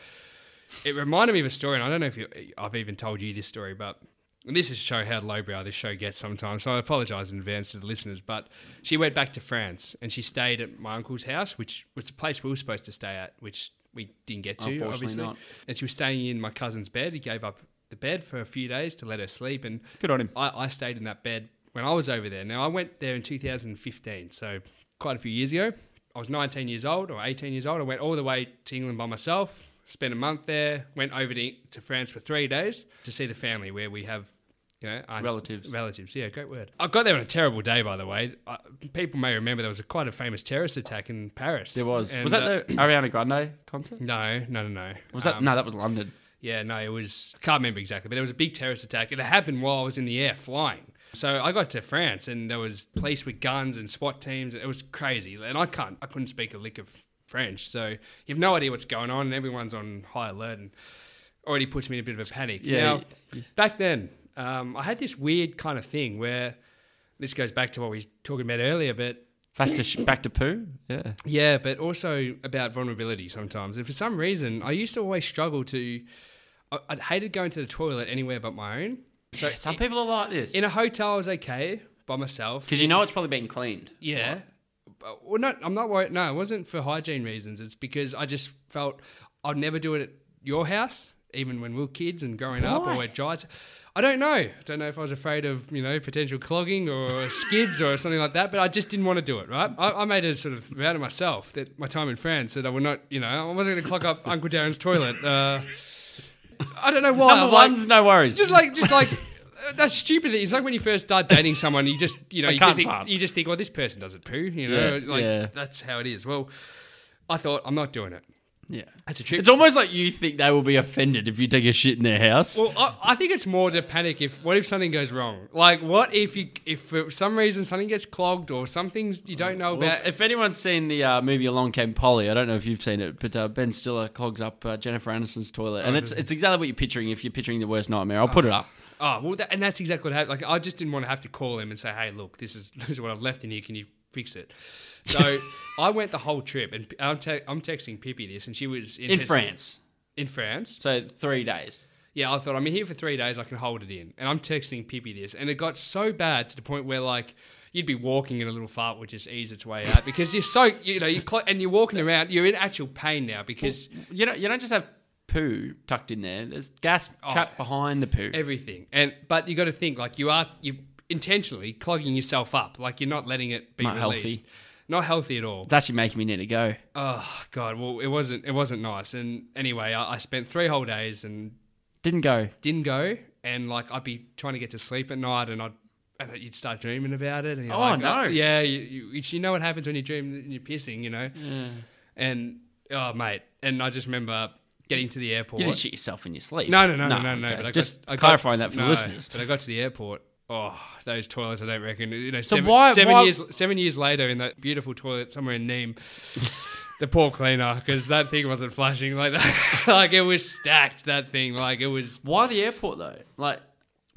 [SPEAKER 1] it reminded me of a story, and I don't know if you, I've even told you this story, but and this is to show how lowbrow this show gets sometimes. So I apologise in advance to the listeners, but she went back to France and she stayed at my uncle's house, which was the place we were supposed to stay at, which we didn't get to,
[SPEAKER 2] Unfortunately
[SPEAKER 1] obviously.
[SPEAKER 2] not.
[SPEAKER 1] And she was staying in my cousin's bed. He gave up the bed for a few days to let her sleep, and
[SPEAKER 2] Good on him.
[SPEAKER 1] I, I stayed in that bed when I was over there. Now I went there in 2015, so quite a few years ago. I was 19 years old or 18 years old. I went all the way to England by myself. Spent a month there. Went over to, to France for three days to see the family where we have, you know, aunts-
[SPEAKER 2] Relatives.
[SPEAKER 1] Relatives. Yeah, great word. I got there on a terrible day, by the way. I, people may remember there was a quite a famous terrorist attack in Paris.
[SPEAKER 2] There was.
[SPEAKER 1] And,
[SPEAKER 2] was that
[SPEAKER 1] uh, Mm,
[SPEAKER 2] the Ariana Grande concert?
[SPEAKER 1] No, no, no, Um, no.
[SPEAKER 2] Was that no? That was London.
[SPEAKER 1] Yeah, no, it was. I can't remember exactly, but there was a big terrorist attack, and it happened while I was in the air flying. So I got to France, and there was police with guns and SWAT teams. It was crazy, and I can't, I couldn't speak a lick of French, so you've no idea what's going on, and everyone's on high alert, and already puts me in a bit of a panic.
[SPEAKER 2] Yeah,
[SPEAKER 1] Now,
[SPEAKER 2] y-
[SPEAKER 1] back then, um, I had this weird kind of thing where this goes back to what we were talking about earlier, but
[SPEAKER 2] Back to sh- back to poo. Yeah.
[SPEAKER 1] yeah, but also about vulnerability sometimes. And for some reason, I used to always struggle to. I, I hated going to the toilet anywhere but my own. So
[SPEAKER 2] Some people are like this
[SPEAKER 1] in a hotel, I was okay by myself.
[SPEAKER 2] because you know it's probably been cleaned.
[SPEAKER 1] Yeah. But- Uh, Well, no, I'm not worried. No, it wasn't for hygiene reasons. It's because I just felt I'd never do it at your house, even when we were kids and growing up or
[SPEAKER 2] Why?
[SPEAKER 1] at Jai's. I don't know. I don't know if I was afraid of, you know, potential clogging or [LAUGHS] skids or something like that, but I just didn't want to do it, right? I, I made a sort of vow to myself that my time in France that I would not, you know, I wasn't going to clog up Uncle Darren's toilet. Uh, I don't know why.
[SPEAKER 2] Number
[SPEAKER 1] I'm like-
[SPEAKER 2] one's no worries.
[SPEAKER 1] just like, just like uh, that's stupid. It's like when you first start dating someone, you just you know
[SPEAKER 2] I
[SPEAKER 1] you,
[SPEAKER 2] can't
[SPEAKER 1] just think,
[SPEAKER 2] fart.
[SPEAKER 1] you just think, well, this person doesn't poo, you know,
[SPEAKER 2] Yeah,
[SPEAKER 1] like
[SPEAKER 2] yeah.
[SPEAKER 1] that's how it is. Well, I thought I'm not doing it.
[SPEAKER 2] yeah.
[SPEAKER 1] That's a trip.
[SPEAKER 2] It's almost like you think they will be offended if you take a shit in their house.
[SPEAKER 1] well, I, I think it's more to panic if what if something goes wrong? Like, what if you if for some reason something gets clogged or something you don't know
[SPEAKER 2] Well,
[SPEAKER 1] about?
[SPEAKER 2] if anyone's seen the uh, movie Along Came Polly, I don't know if you've seen it, but uh, Ben Stiller clogs up uh, Jennifer Aniston's toilet, and it's it's exactly what you're picturing if you're picturing the worst nightmare. I'll put it up.
[SPEAKER 1] Oh well, that, and that's exactly what happened. Like I just didn't want to have to call him and say, "Hey, look, this is [LAUGHS] this is what I've left in here. Can you fix it?"
[SPEAKER 2] [LAUGHS]
[SPEAKER 1] So I went the whole trip, and P- I'm, te- I'm texting Pippi this, and she was in,
[SPEAKER 2] in
[SPEAKER 1] her-
[SPEAKER 2] France.
[SPEAKER 1] In France,
[SPEAKER 2] So three days.
[SPEAKER 1] yeah. I thought I'm in here for three days. I can hold it in, and I'm texting Pippi this, and it got so bad to the point where like. You'd be walking and a little fart would just ease its way out because you're so you know you clo and you're walking around you're in actual pain now because
[SPEAKER 2] You know, you don't just have poo tucked in there. There's gas
[SPEAKER 1] Oh.
[SPEAKER 2] trapped behind the poo.
[SPEAKER 1] everything and but you got to think like you are you intentionally clogging yourself up like you're not letting it be
[SPEAKER 2] Not
[SPEAKER 1] released.
[SPEAKER 2] healthy.
[SPEAKER 1] not healthy at all
[SPEAKER 2] It's actually making me need to go.
[SPEAKER 1] oh god well it wasn't it wasn't nice and anyway I, I spent three whole days and
[SPEAKER 2] Didn't go.
[SPEAKER 1] didn't go and like i'd be trying to get to sleep at night and i'd and you'd start dreaming about it and you're
[SPEAKER 2] Oh,
[SPEAKER 1] like,
[SPEAKER 2] no.
[SPEAKER 1] yeah you, you, you know what happens when you dream and you're pissing you know and oh mate and i just remember getting to the airport
[SPEAKER 2] You didn't shit yourself in your sleep.
[SPEAKER 1] No, no, no, no, no, no.
[SPEAKER 2] okay.
[SPEAKER 1] But I
[SPEAKER 2] just
[SPEAKER 1] got, I got-
[SPEAKER 2] clarifying that for
[SPEAKER 1] no,
[SPEAKER 2] the listeners.
[SPEAKER 1] But I got to the airport. Oh, those toilets! I don't reckon. You know,
[SPEAKER 2] So
[SPEAKER 1] seven,
[SPEAKER 2] why-
[SPEAKER 1] seven
[SPEAKER 2] why-
[SPEAKER 1] years seven years later in that beautiful toilet somewhere in
[SPEAKER 2] [LAUGHS]
[SPEAKER 1] Nîmes, the poor cleaner because that thing wasn't flashing like that. [LAUGHS] like it was stacked. That thing, like it was
[SPEAKER 2] Why the airport though? Like,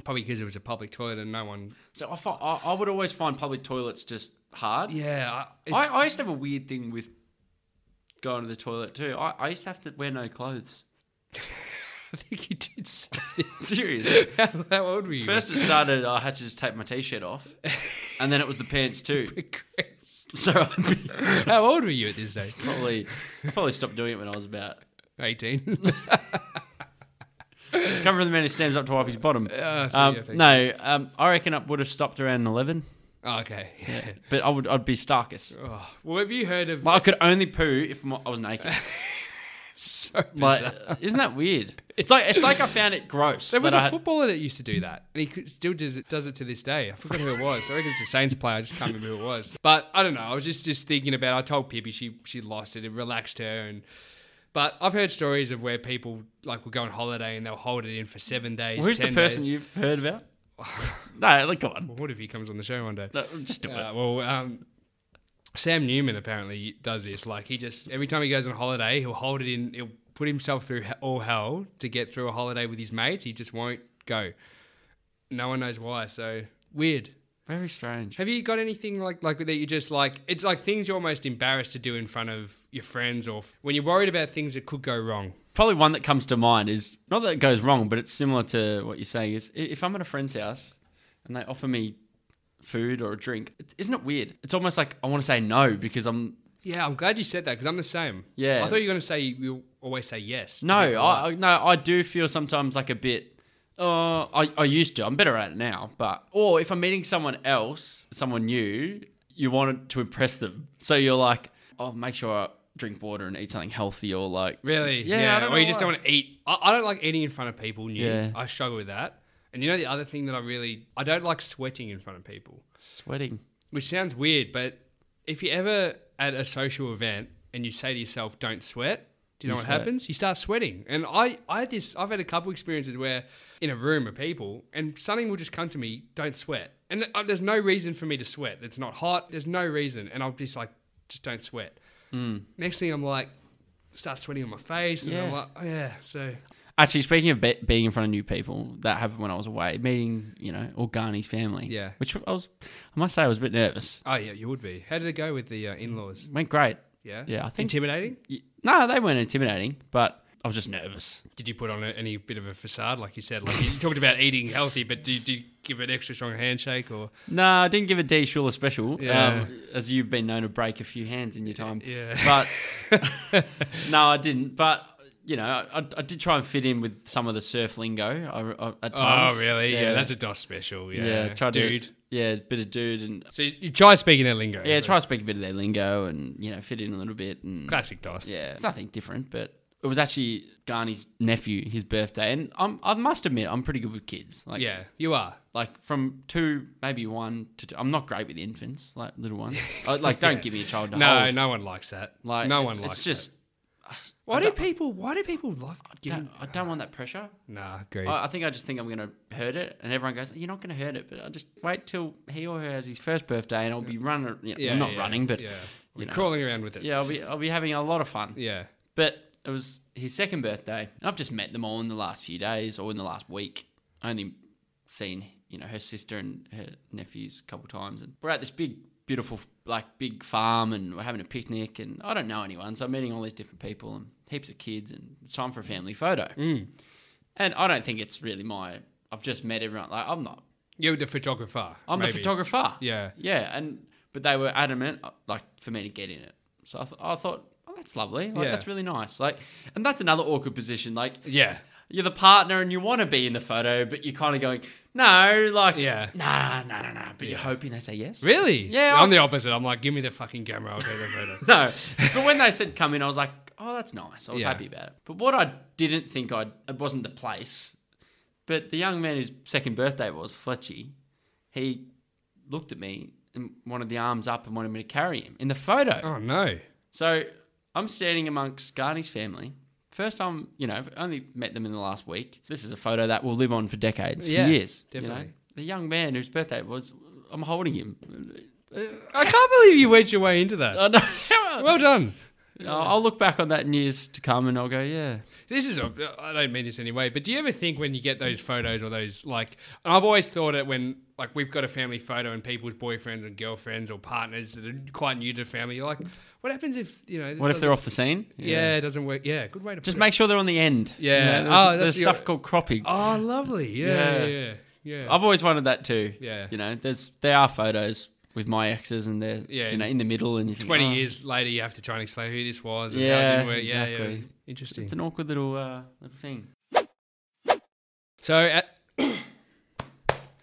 [SPEAKER 1] probably because it was a public toilet and no one.
[SPEAKER 2] so I, fi- I, I would always find public toilets just hard.
[SPEAKER 1] Yeah, I,
[SPEAKER 2] I,
[SPEAKER 1] it's-
[SPEAKER 2] I used to have a weird thing with going to the toilet too. I, I used to have to wear no clothes.
[SPEAKER 1] [LAUGHS]
[SPEAKER 2] [LAUGHS]
[SPEAKER 1] I think you did. Say this. [LAUGHS]
[SPEAKER 2] Seriously.
[SPEAKER 1] How, how old were you? [LAUGHS]
[SPEAKER 2] First it started, I had to just take my t-shirt off, and then it was the pants too.
[SPEAKER 1] Christ.
[SPEAKER 2] So I'd be
[SPEAKER 1] how old were you at this age? [LAUGHS]
[SPEAKER 2] probably, I probably stopped doing it when I was about.
[SPEAKER 1] Eighteen. [LAUGHS] Oh,
[SPEAKER 2] Come from the man who stands up to wipe his bottom.
[SPEAKER 1] Uh,
[SPEAKER 2] Um,
[SPEAKER 1] yeah, thank
[SPEAKER 2] no, um, I reckon I would have stopped around eleven,
[SPEAKER 1] Oh, okay. Yeah.
[SPEAKER 2] but I would I'd be starkest.
[SPEAKER 1] [LAUGHS] Oh, well, have you heard of?
[SPEAKER 2] Like, I could only poo if my, I
[SPEAKER 1] [LAUGHS]
[SPEAKER 2] was naked.
[SPEAKER 1] so
[SPEAKER 2] Like,
[SPEAKER 1] bizarre.
[SPEAKER 2] isn't that weird? It's like it's like I found it gross.
[SPEAKER 1] There was
[SPEAKER 2] that
[SPEAKER 1] a
[SPEAKER 2] I had-
[SPEAKER 1] footballer that used to do that, and he could, still does it, does it to this day. I forgot who it was. I reckon it's a Saints player. I just can't remember who it was. But I don't know. I was just just thinking about. I told Pippi she she lost it. It relaxed her, and but I've heard stories of where people like will go on holiday and they'll hold it in for seven days.
[SPEAKER 2] Who's the
[SPEAKER 1] 10
[SPEAKER 2] person
[SPEAKER 1] Days.
[SPEAKER 2] you've
[SPEAKER 1] [LAUGHS]
[SPEAKER 2] heard about? no, like come on,
[SPEAKER 1] Well, what if he comes on the show one day?
[SPEAKER 2] No, just do it.
[SPEAKER 1] Uh, well, um, Sam Newman apparently does this. Like he just every time he goes on holiday, he'll hold it in. He'll put himself through he- all hell to get through a holiday with his mates. He just won't go. No one knows why. So weird.
[SPEAKER 2] Very strange.
[SPEAKER 1] Have you got anything like like that? You just like it's like things you're almost embarrassed to do in front of your friends, or f- when you're worried about things that could go wrong.
[SPEAKER 2] probably one that comes to mind is not that it goes wrong, but it's similar to what you're saying. Is i- if I'm at a friend's house and they offer me food or a drink, it, isn't it weird? It's almost like I want to say no because I'm
[SPEAKER 1] Yeah, I'm glad you said that because I'm the same.
[SPEAKER 2] Yeah.
[SPEAKER 1] I thought you were going to say you always say yes.
[SPEAKER 2] no,
[SPEAKER 1] Like,
[SPEAKER 2] I, I- no, I do feel sometimes like a bit. Uh, I, I used to. I'm better at it now, but or if I'm meeting someone else, someone new, you want to impress them, so you're like, oh, make sure I drink water and eat something healthy, or like,
[SPEAKER 1] Really?
[SPEAKER 2] Yeah, I don't
[SPEAKER 1] or you
[SPEAKER 2] know
[SPEAKER 1] just
[SPEAKER 2] why.
[SPEAKER 1] don't want to eat. I, I don't like eating in front of people. New.
[SPEAKER 2] Yeah.
[SPEAKER 1] I struggle with that. And you know the other thing that I really I don't like sweating in front of people,
[SPEAKER 2] sweating.
[SPEAKER 1] which sounds weird, but if you ever at a social event and you say to yourself, "Don't sweat." Do you know
[SPEAKER 2] You
[SPEAKER 1] what
[SPEAKER 2] sweat.
[SPEAKER 1] happens? You start sweating, and I, I had this. I've had a couple experiences where, in a room of people, and something will just come to me. Don't sweat, and uh, there's no reason for me to sweat. It's not hot. There's no reason, and I'm just like, just don't sweat. Next thing, I'm like, start sweating on my face, and I'm
[SPEAKER 2] Yeah.
[SPEAKER 1] like, oh, Hmm. yeah. So
[SPEAKER 2] Actually, speaking of be- being in front of new people, that happened when I was away meeting, you know, Organi's family.
[SPEAKER 1] Yeah.
[SPEAKER 2] which I was, I must say, I was a bit nervous.
[SPEAKER 1] Oh yeah, you would be. How did it go with the uh, in-laws?
[SPEAKER 2] Went great.
[SPEAKER 1] Yeah,
[SPEAKER 2] Yeah, I think.
[SPEAKER 1] intimidating.
[SPEAKER 2] y- No, they weren't intimidating, but I was just nervous.
[SPEAKER 1] Did you put on a, any bit of a facade, like you said? Like you talked about eating healthy, but do you, do you give an extra strong handshake or?
[SPEAKER 2] No, I didn't give a D Shula special,
[SPEAKER 1] Yeah.
[SPEAKER 2] um, as you've been known to break a few hands in your time.
[SPEAKER 1] Yeah.
[SPEAKER 2] But no, I didn't. But you know, I, I did try and fit in with some of the surf lingo. I, I, at
[SPEAKER 1] [LAUGHS]
[SPEAKER 2] times.
[SPEAKER 1] Oh really? Yeah, that's a DOS special. Yeah,
[SPEAKER 2] yeah. Tried
[SPEAKER 1] dude.
[SPEAKER 2] To, yeah, bit of dude, and
[SPEAKER 1] So you, you try speaking their lingo.
[SPEAKER 2] yeah,
[SPEAKER 1] but
[SPEAKER 2] try to speak a bit of their lingo, and you know, fit in a little bit, and
[SPEAKER 1] classic DOS.
[SPEAKER 2] yeah, it's nothing different, but. It was actually Garni's nephew, his birthday, and I'm, I must admit I'm pretty good with kids. Like,
[SPEAKER 1] yeah, you are.
[SPEAKER 2] like from two, maybe one to two. I'm not great with infants, like little ones.
[SPEAKER 1] [LAUGHS]
[SPEAKER 2] I, like, don't give me a child to
[SPEAKER 1] No,
[SPEAKER 2] hold.
[SPEAKER 1] no one likes that.
[SPEAKER 2] Like,
[SPEAKER 1] no
[SPEAKER 2] it's,
[SPEAKER 1] one likes
[SPEAKER 2] It's just
[SPEAKER 1] that. Why do people? Why do people love
[SPEAKER 2] don't,
[SPEAKER 1] giving?
[SPEAKER 2] I don't want that pressure.
[SPEAKER 1] Nah, agree.
[SPEAKER 2] I, I think I just think I'm going to hurt it, and everyone goes, "You're not going to hurt it," but I just wait till he or her has his first birthday, and I'll be running. You know,
[SPEAKER 1] yeah,
[SPEAKER 2] I'm not
[SPEAKER 1] yeah,
[SPEAKER 2] running, but
[SPEAKER 1] yeah,
[SPEAKER 2] yeah.
[SPEAKER 1] We're
[SPEAKER 2] know.
[SPEAKER 1] crawling around with it.
[SPEAKER 2] I'll be I'll be having a lot of fun.
[SPEAKER 1] yeah.
[SPEAKER 2] But it was his second birthday, and I've just met them all in the last few days or in the last week. Only seen you know her sister and her nephews a couple times, and we're at this big, beautiful, like big farm, and we're having a picnic, and I don't know anyone, so I'm meeting all these different people and heaps of kids, and it's time for a family photo.
[SPEAKER 1] Mm.
[SPEAKER 2] And I don't think it's really my. I've just met everyone. Like I'm not.
[SPEAKER 1] You're the photographer.
[SPEAKER 2] I'm the
[SPEAKER 1] maybe.
[SPEAKER 2] photographer.
[SPEAKER 1] Yeah.
[SPEAKER 2] Yeah, and but they were adamant uh, like for me to get in it. So I, th- I thought, oh, that's lovely. Like
[SPEAKER 1] Yeah.
[SPEAKER 2] that's really nice. Like, and that's another awkward position. Like
[SPEAKER 1] Yeah.
[SPEAKER 2] you're the partner and you want to be in the photo, but you're kind of going, no, like,
[SPEAKER 1] Yeah.
[SPEAKER 2] nah, nah, nah, nah. But you're
[SPEAKER 1] Yeah.
[SPEAKER 2] hoping they say yes.
[SPEAKER 1] Really?
[SPEAKER 2] Yeah,
[SPEAKER 1] I'm
[SPEAKER 2] I-
[SPEAKER 1] the opposite. I'm like, give me the fucking camera. I'll take the
[SPEAKER 2] [LAUGHS]
[SPEAKER 1] photo.
[SPEAKER 2] [LAUGHS] No, but when they said come in, I was like, oh, that's nice. I was
[SPEAKER 1] Yeah.
[SPEAKER 2] happy about it. But what I didn't think I it wasn't the place, but the young man whose second birthday was Fletchy, he looked at me and wanted the arms up and wanted me to carry him in the photo.
[SPEAKER 1] oh no.
[SPEAKER 2] So I'm standing amongst Garney's family. First time, you know, I've only met them in the last week. This is a photo that will live on for decades,
[SPEAKER 1] Yeah,
[SPEAKER 2] for years. you know.
[SPEAKER 1] definitely.
[SPEAKER 2] The young man whose birthday it was, I'm holding him. [LAUGHS]
[SPEAKER 1] I can't believe you wedged your way into that.
[SPEAKER 2] I know.
[SPEAKER 1] Well done.
[SPEAKER 2] I'll I'll look back on that in years to come and I'll go, yeah.
[SPEAKER 1] This is a. I don't mean this anyway, but do you ever think when you get those photos or those like? And I've always thought it when like we've got a family photo and people's boyfriends and girlfriends or partners that are quite new to family. You're like, what happens if you know? this
[SPEAKER 2] What if they're
[SPEAKER 1] doesn't-
[SPEAKER 2] off the scene?
[SPEAKER 1] Yeah, it doesn't work. Yeah, good way to
[SPEAKER 2] Just
[SPEAKER 1] put
[SPEAKER 2] make sure they're on the end. You
[SPEAKER 1] Yeah.
[SPEAKER 2] know,
[SPEAKER 1] Oh,
[SPEAKER 2] there's
[SPEAKER 1] that's
[SPEAKER 2] there's
[SPEAKER 1] your-
[SPEAKER 2] stuff called cropping.
[SPEAKER 1] It. Oh, lovely. Yeah, yeah,
[SPEAKER 2] Yeah.
[SPEAKER 1] yeah. yeah.
[SPEAKER 2] I've always wanted that too.
[SPEAKER 1] Yeah.
[SPEAKER 2] You know, there's there are photos with my exes and they're
[SPEAKER 1] Yeah.
[SPEAKER 2] you know, in the middle and you think,
[SPEAKER 1] Twenty
[SPEAKER 2] oh,
[SPEAKER 1] years later, you have to try and explain who this was. And
[SPEAKER 2] Yeah,
[SPEAKER 1] how it didn't work. Yeah, yeah.
[SPEAKER 2] exactly.
[SPEAKER 1] Interesting.
[SPEAKER 2] It's an awkward little uh, little thing.
[SPEAKER 1] So at,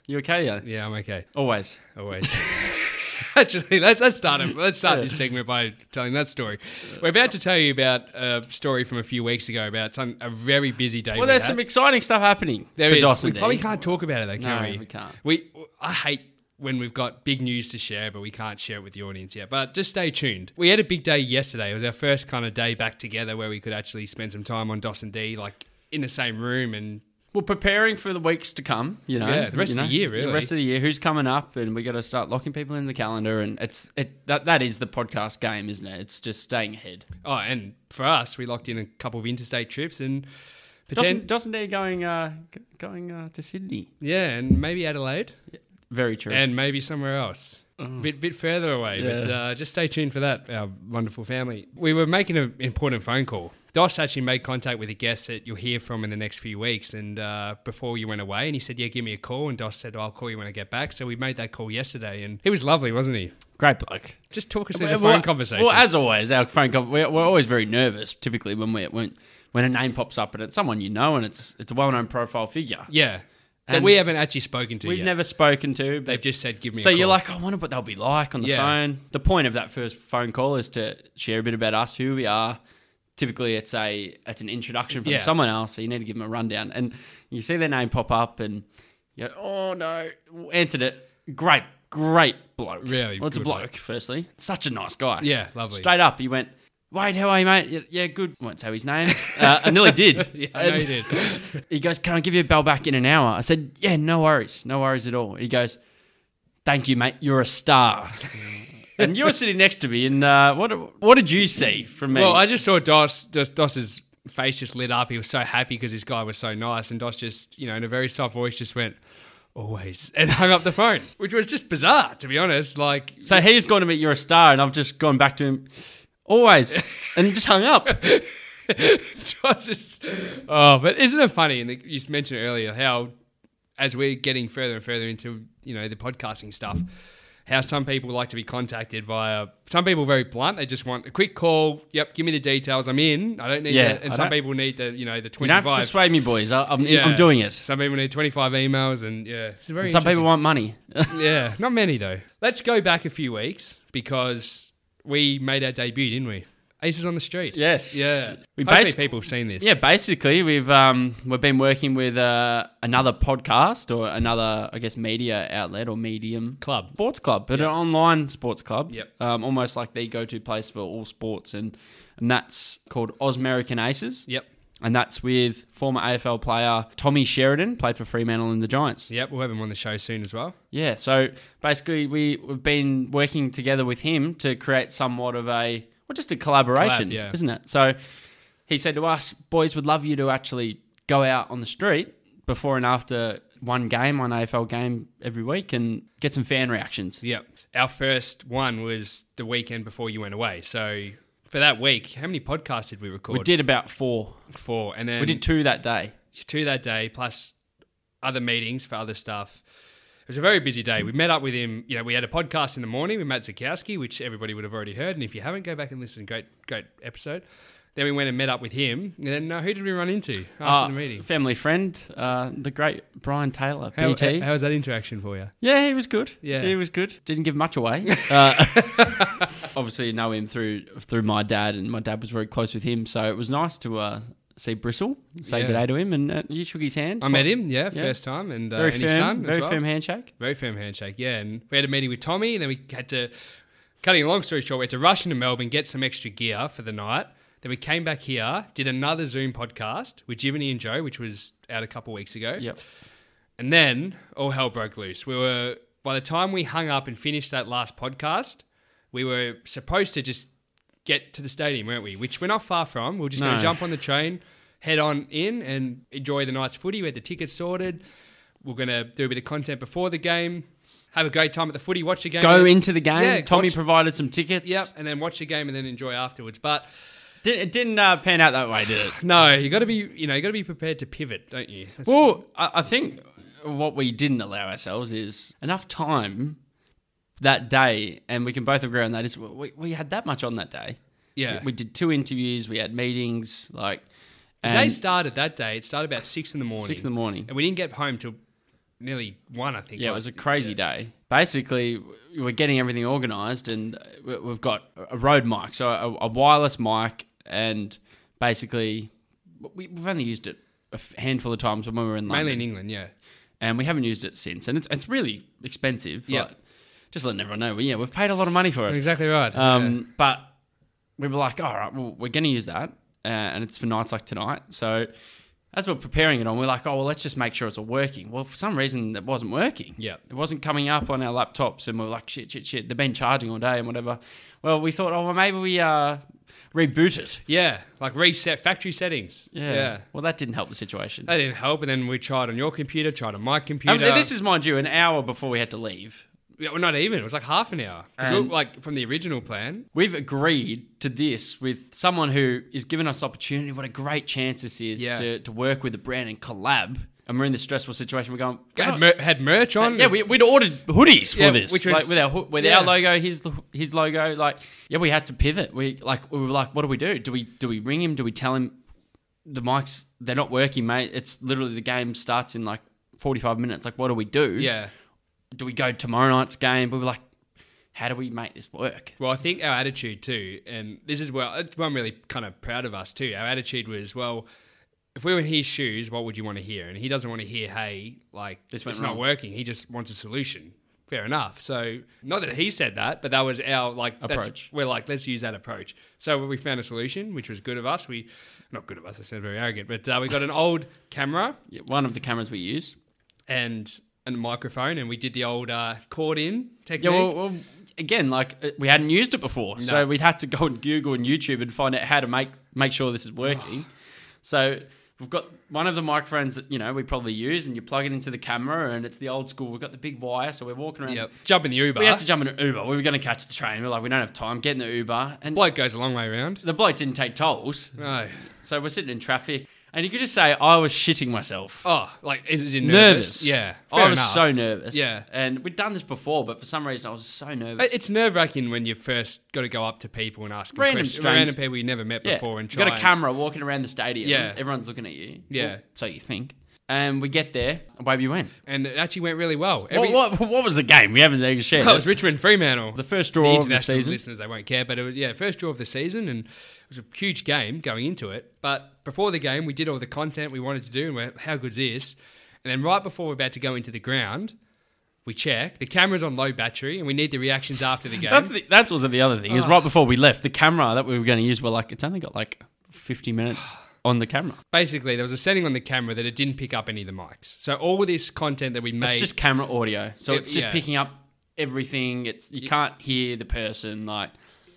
[SPEAKER 2] You okay, yeah?
[SPEAKER 1] yeah, I'm okay.
[SPEAKER 2] Always. [LAUGHS]
[SPEAKER 1] Always. Actually, let's, let's start it. Let's start this segment by telling that story. We're about to tell you about a story from a few weeks ago about some a very busy day.
[SPEAKER 2] Well,
[SPEAKER 1] we
[SPEAKER 2] there's
[SPEAKER 1] had.
[SPEAKER 2] some exciting stuff happening
[SPEAKER 1] There
[SPEAKER 2] for
[SPEAKER 1] is.
[SPEAKER 2] Dawson
[SPEAKER 1] We
[SPEAKER 2] D.
[SPEAKER 1] probably can't talk about it though, can
[SPEAKER 2] No,
[SPEAKER 1] we?
[SPEAKER 2] we can't.
[SPEAKER 1] We I hate when we've got big news to share, but we can't share it with the audience yet. But just stay tuned. We had a big day yesterday. It was our first kind of day back together where we could actually spend some time on Dawson D, like in the same room and
[SPEAKER 2] We're preparing for the weeks to come. You know,
[SPEAKER 1] Yeah, the rest
[SPEAKER 2] you
[SPEAKER 1] of the
[SPEAKER 2] know,
[SPEAKER 1] year,
[SPEAKER 2] The
[SPEAKER 1] really.
[SPEAKER 2] rest of the year, who's coming up, and we got to start locking people in the calendar. And it's it that that is the podcast game, isn't it? It's just staying ahead.
[SPEAKER 1] oh, and for us, we locked in a couple of interstate trips and.
[SPEAKER 2] Dawson,
[SPEAKER 1] Pretend,
[SPEAKER 2] Dawson D going uh, g- going uh, to Sydney.
[SPEAKER 1] yeah, and maybe Adelaide.
[SPEAKER 2] Very true.
[SPEAKER 1] and maybe somewhere else. bit bit further away. But
[SPEAKER 2] Oh. Yeah.
[SPEAKER 1] uh, just stay tuned for that, our wonderful family. We were making an important phone call. Dos actually made contact with a guest that you'll hear from in the next few weeks, and uh, before you went away, and he said, "Yeah, give me a call." And Dos said, "Oh, "I'll call you when I get back." So we made that call yesterday, and he was lovely, wasn't he?
[SPEAKER 2] Great bloke.
[SPEAKER 1] Just talk us through the
[SPEAKER 2] Well,
[SPEAKER 1] phone conversation.
[SPEAKER 2] Well, as always, our phone con- we're, we're always very nervous. Typically, when we when when a name pops up and it's someone you know and it's it's a well known profile figure
[SPEAKER 1] yeah, that
[SPEAKER 2] And-
[SPEAKER 1] we haven't actually spoken to
[SPEAKER 2] we've
[SPEAKER 1] yet.
[SPEAKER 2] never spoken to. But
[SPEAKER 1] They've just said, "Give me."
[SPEAKER 2] so
[SPEAKER 1] a call.
[SPEAKER 2] you're like, I wonder what they'll be like on the
[SPEAKER 1] Yeah.
[SPEAKER 2] phone. The point of that first phone call is to share a bit about us, who we are. Typically, it's a it's an introduction from
[SPEAKER 1] Yeah.
[SPEAKER 2] someone else, so you need to give them a rundown. And you see their name pop up, and you go, oh no, answered it. Great, great bloke.
[SPEAKER 1] Really
[SPEAKER 2] well, it's a
[SPEAKER 1] good
[SPEAKER 2] bloke.
[SPEAKER 1] bloke.
[SPEAKER 2] Firstly, such a nice guy.
[SPEAKER 1] "Yeah, lovely."
[SPEAKER 2] Straight up, he went, Wade, how are you, mate? "Yeah, Yeah, good. I won't say his name. Uh, I nearly did.
[SPEAKER 1] [LAUGHS] yeah, I know
[SPEAKER 2] And
[SPEAKER 1] you did.
[SPEAKER 2] He goes, Can I give you a bell back in an hour? I said, Yeah, no worries. No worries at all. He goes, Thank you, mate. You're a star. [LAUGHS] and you were sitting next to me. And uh, what what did you see from me?
[SPEAKER 1] Well, I just saw Dos. Dos Dos's face just lit up. He was so happy because this guy was so nice, and Dos just, you know, in a very soft voice, just went, "Always," [LAUGHS] and hung up the phone, which was just bizarre, to be honest. Like, [LAUGHS]
[SPEAKER 2] so he's gone to meet You're a star. And I've just gone back to him, Always. and just
[SPEAKER 1] [LAUGHS]
[SPEAKER 2] hung up.
[SPEAKER 1] Dos is, oh, but isn't it funny? And you mentioned earlier how, as we're getting further and further into, you know, the podcasting stuff. How some people like to be contacted via some people are very blunt. They just want a quick call. Yep, give me the details. I'm in. I don't need
[SPEAKER 2] Yeah,
[SPEAKER 1] that. And
[SPEAKER 2] I
[SPEAKER 1] some
[SPEAKER 2] don't-
[SPEAKER 1] people need the you know the
[SPEAKER 2] You
[SPEAKER 1] twenty
[SPEAKER 2] don't have to
[SPEAKER 1] five.
[SPEAKER 2] persuade me, boys. I, I'm,
[SPEAKER 1] Yeah.
[SPEAKER 2] I'm doing it.
[SPEAKER 1] Some people need 25 emails, and yeah, it's a very
[SPEAKER 2] Some people want money. [LAUGHS]
[SPEAKER 1] interesting- yeah, not many though. Let's go back a few weeks because we made our debut, didn't we? Aces on the Street.
[SPEAKER 2] Yes.
[SPEAKER 1] yeah.
[SPEAKER 2] We
[SPEAKER 1] Hopefully
[SPEAKER 2] basically.
[SPEAKER 1] people have seen this.
[SPEAKER 2] Yeah, basically, we've um, we've been working with uh, another podcast or another, I guess, media outlet or medium
[SPEAKER 1] club.
[SPEAKER 2] sports club, but an online sports club.
[SPEAKER 1] Yep.
[SPEAKER 2] Um, almost like the go-to place for all sports, and and that's called Osmerican Aces.
[SPEAKER 1] Yep,
[SPEAKER 2] And that's with former AFL player Tommy Sheridan, played for Fremantle and the Giants.
[SPEAKER 1] yep. We'll have him on the show soon as well.
[SPEAKER 2] Yeah, so basically, we, we've been working together with him to create somewhat of a, well, just a collaboration,
[SPEAKER 1] Collab, yeah.
[SPEAKER 2] isn't it? So he said to us, boys, would love you to actually go out on the street before and after one game, one AFL game every week, and get some fan reactions.
[SPEAKER 1] Yep. Our first one was the weekend before you went away. So for that week, how many podcasts did we record?
[SPEAKER 2] We did about four.
[SPEAKER 1] four, and then
[SPEAKER 2] We did two that day.
[SPEAKER 1] two that day, plus other meetings for other stuff. It was a very busy day. We met up with him. You know, we had a podcast in the morning with Matt Zakowski, which everybody would have already heard. And if you haven't, go back and listen. Great, great episode. Then we went and met up with him. And then uh, who did we run into after
[SPEAKER 2] Uh,
[SPEAKER 1] the meeting?
[SPEAKER 2] Family friend, uh, the great Brian Taylor,
[SPEAKER 1] How,
[SPEAKER 2] BT.
[SPEAKER 1] how was that interaction for you?
[SPEAKER 2] Yeah, he was good.
[SPEAKER 1] Yeah.
[SPEAKER 2] he was good. Didn't give much [LAUGHS] away. Uh, obviously, know him through through my dad, and my dad was very close with him, so it was nice to uh, see Bristle, say
[SPEAKER 1] Yeah.
[SPEAKER 2] good day to him, and uh, you shook his hand.
[SPEAKER 1] I met him, yeah, first time, and, uh,
[SPEAKER 2] Very
[SPEAKER 1] and
[SPEAKER 2] firm,
[SPEAKER 1] his son. as
[SPEAKER 2] very
[SPEAKER 1] well.
[SPEAKER 2] firm handshake.
[SPEAKER 1] Very firm handshake, yeah. And we had a meeting with Tommy, and then we had to, cutting a long story short, we had to rush into Melbourne, get some extra gear for the night. Then we came back here, did another Zoom podcast with Jiminy and Joe, which was out a couple weeks ago.
[SPEAKER 2] Yep.
[SPEAKER 1] And then all hell broke loose. We were, by the time we hung up and finished that last podcast, we were supposed to just get to the stadium, weren't we? Which we're not far from. We are just going
[SPEAKER 2] No.
[SPEAKER 1] to jump on the train, head on in, and enjoy the night's footy. We had the tickets sorted. We're going to do a bit of content before the game, have a great time at the footy, watch the game.
[SPEAKER 2] Go into the game.
[SPEAKER 1] Yeah,
[SPEAKER 2] Tommy
[SPEAKER 1] watch-
[SPEAKER 2] provided some tickets.
[SPEAKER 1] Yep, and then watch the game and then enjoy afterwards. But
[SPEAKER 2] Did, it didn't uh, pan out that way, did it?
[SPEAKER 1] no, you got to be, you know, you got to be prepared to pivot, don't you? That's-
[SPEAKER 2] Well, I, I think what we didn't allow ourselves is enough time that day, and we can both agree on that. Is we, we had that much on that day.
[SPEAKER 1] yeah.
[SPEAKER 2] We did two interviews. We had meetings. Like,
[SPEAKER 1] the day
[SPEAKER 2] and
[SPEAKER 1] started that day. It started about six in the morning.
[SPEAKER 2] six in the morning.
[SPEAKER 1] And we didn't get home till nearly one, I think.
[SPEAKER 2] Yeah, it
[SPEAKER 1] like-
[SPEAKER 2] was a crazy day. Basically, we we're getting everything organised, and uh, we- we've got a road mic, so a, a wireless mic, and basically, we- we've only used it a handful of times when we were in London,
[SPEAKER 1] mainly in England. Yeah,
[SPEAKER 2] and we haven't used it since. And it's it's really expensive.
[SPEAKER 1] Yeah.
[SPEAKER 2] like, just letting everyone know. Yeah, we've paid a lot of money for it.
[SPEAKER 1] exactly right.
[SPEAKER 2] Um, But we were like, all right, well, we're going to use that. Uh, and it's for nights like tonight. So as we're preparing it on, we're like, oh, well, let's just make sure it's all working. Well, for some reason, it wasn't working.
[SPEAKER 1] Yep.
[SPEAKER 2] It wasn't coming up on our laptops. And we are like, shit, shit, shit. They've been charging all day and whatever. Well, we thought, oh, well, maybe we uh, reboot it.
[SPEAKER 1] yeah, like reset factory settings.
[SPEAKER 2] Yeah. Well, that didn't help the situation.
[SPEAKER 1] Uh, that didn't help. And then we tried on your computer, tried on my computer.
[SPEAKER 2] Um, this is, mind you, an hour before we had to leave.
[SPEAKER 1] Yeah, well, not even. It was like half an hour. 'Cause we
[SPEAKER 2] And-
[SPEAKER 1] were, like from the original plan.
[SPEAKER 2] We've agreed to this with someone who is giving us opportunity. What a great chance this is
[SPEAKER 1] Yeah.
[SPEAKER 2] to, to work with a brand and collab. And we're in this stressful situation. We're going, "We're
[SPEAKER 1] Had,
[SPEAKER 2] not-
[SPEAKER 1] mer- had merch on.
[SPEAKER 2] yeah, we, we'd ordered hoodies for
[SPEAKER 1] Yeah,
[SPEAKER 2] this,
[SPEAKER 1] which
[SPEAKER 2] like
[SPEAKER 1] was-
[SPEAKER 2] with our hoo- with
[SPEAKER 1] yeah.
[SPEAKER 2] our logo, his lo- his logo. Like, yeah, we had to pivot. We like we were like, what do we do? Do we do we ring him? Do we tell him the mics they're not working, mate? It's literally the game starts in like forty five minutes. Like, what do we do?
[SPEAKER 1] Yeah.
[SPEAKER 2] do we go tomorrow night's game? But we're like, how do we make this work?
[SPEAKER 1] Well, I think our attitude too, and this is where it's where I'm really kind of proud of us too. Our attitude was, well, if we were in his shoes, what would you want to hear? And he doesn't want to hear, hey, like
[SPEAKER 2] This
[SPEAKER 1] this
[SPEAKER 2] went
[SPEAKER 1] it's
[SPEAKER 2] wrong.
[SPEAKER 1] not working. He just wants a solution. Fair enough. So not that he said that, but that was our like that's-
[SPEAKER 2] Approach.
[SPEAKER 1] We're like, let's use that approach. So we found a solution, which was good of us. We not good of us. I sound very arrogant, but uh, we
[SPEAKER 2] [LAUGHS]
[SPEAKER 1] got an old camera
[SPEAKER 2] Yeah, One of the cameras we use.
[SPEAKER 1] and a microphone, and we did the old uh, cord in
[SPEAKER 2] Yeah,
[SPEAKER 1] technique.
[SPEAKER 2] well, well, again, like uh, we hadn't used it before, so
[SPEAKER 1] No.
[SPEAKER 2] we'd had to go on Google and YouTube and find out how to make make sure this is working.
[SPEAKER 1] [SIGHS]
[SPEAKER 2] so we've got one of the microphones that you know we probably use, and you plug it into the camera, and it's the old school. We've got the big wire, so we're walking around.
[SPEAKER 1] yep. Jump in the Uber.
[SPEAKER 2] We had to jump in an Uber. We were going to catch the train. We're like, we don't have time. Get in the Uber, and
[SPEAKER 1] Bloke goes a long way around.
[SPEAKER 2] the bloke didn't take tolls,
[SPEAKER 1] No.
[SPEAKER 2] so we're sitting in traffic, and you could just say I was shitting myself.
[SPEAKER 1] Oh, like it was in
[SPEAKER 2] Nervous,
[SPEAKER 1] nervous. Yeah,
[SPEAKER 2] I
[SPEAKER 1] fair
[SPEAKER 2] was
[SPEAKER 1] enough.
[SPEAKER 2] so nervous.
[SPEAKER 1] Yeah.
[SPEAKER 2] and we'd done this before, but for some reason I was so nervous.
[SPEAKER 1] It- It's nerve wracking when you first got to go up to people and ask them
[SPEAKER 2] Random
[SPEAKER 1] questions,
[SPEAKER 2] strangers.
[SPEAKER 1] random people you never met before, and
[SPEAKER 2] you
[SPEAKER 1] try.
[SPEAKER 2] got a
[SPEAKER 1] and-
[SPEAKER 2] camera walking around the stadium.
[SPEAKER 1] Yeah.
[SPEAKER 2] everyone's looking at you.
[SPEAKER 1] Yeah.
[SPEAKER 2] Well, so you think. And we get there. Away we went.
[SPEAKER 1] and it actually went really well. Every, [COUGHS]
[SPEAKER 2] What, what, what was the game? We haven't even shared.
[SPEAKER 1] Oh, it
[SPEAKER 2] it.
[SPEAKER 1] was Richmond Fremantle.
[SPEAKER 2] the first
[SPEAKER 1] The
[SPEAKER 2] draw of the
[SPEAKER 1] international
[SPEAKER 2] season.
[SPEAKER 1] listeners, they won't care, but it was yeah, first draw of the season, and it was a huge game going into it. But before the game, we did all the content we wanted to do, and we're, how good's this? And then right before we're about to go into the ground, we check the camera's on low battery, and we need the reactions
[SPEAKER 2] [LAUGHS]
[SPEAKER 1] after the game. Ah.
[SPEAKER 2] That's the, that was the other thing. Is right before we left, the camera that we were going to use, we're like, it's only got like
[SPEAKER 1] [SIGHS]
[SPEAKER 2] 50 minutes on the camera.
[SPEAKER 1] basically there was a setting on the camera that it didn't pick up any of the mics. So all this content that we made,
[SPEAKER 2] It's just camera audio, so
[SPEAKER 1] It-
[SPEAKER 2] it's just
[SPEAKER 1] yeah.
[SPEAKER 2] picking up everything. It's you can't hear the person like.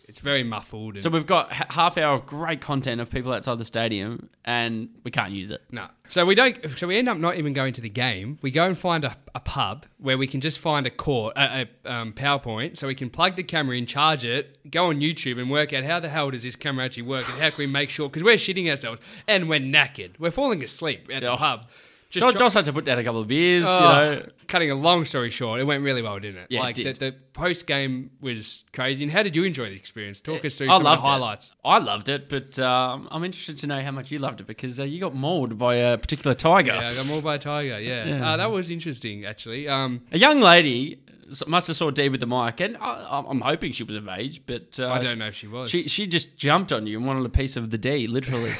[SPEAKER 1] it's very muffled. And,
[SPEAKER 2] So we've got h- half hour of great content of people outside the stadium, and we can't use it.
[SPEAKER 1] no. So we don't. So we end up not even going to the game. We go and find a, a pub where we can just find a court, a, a um, PowerPoint, so we can plug the camera in, charge it, go on YouTube, and work out how the hell does this camera actually work, and how can we make sure because we're shitting ourselves and we're knackered, we're falling asleep at
[SPEAKER 2] Yeah.
[SPEAKER 1] the pub. Just
[SPEAKER 2] Just
[SPEAKER 1] try-
[SPEAKER 2] had to put down a couple of beers, you know.
[SPEAKER 1] Oh, Cutting a long story short, it went really well, didn't it?
[SPEAKER 2] Yeah, it
[SPEAKER 1] like
[SPEAKER 2] did.
[SPEAKER 1] The, the post game was crazy. And how did you enjoy the experience? Talk us through
[SPEAKER 2] I
[SPEAKER 1] some of
[SPEAKER 2] loved
[SPEAKER 1] the highlights.
[SPEAKER 2] It. I loved it, but um, I'm interested to know how much you loved it because uh, you got mauled by a particular tiger.
[SPEAKER 1] Yeah, I got more by Tiger. Yeah,
[SPEAKER 2] Yeah.
[SPEAKER 1] Uh, that was interesting actually. Um,
[SPEAKER 2] A young lady s- must have saw Dee with the mic, and I, I'm- I'm hoping she was of age, but uh,
[SPEAKER 1] I don't know if she was.
[SPEAKER 2] She she just jumped on you and wanted a piece of the D,
[SPEAKER 1] [LAUGHS]
[SPEAKER 2] literally.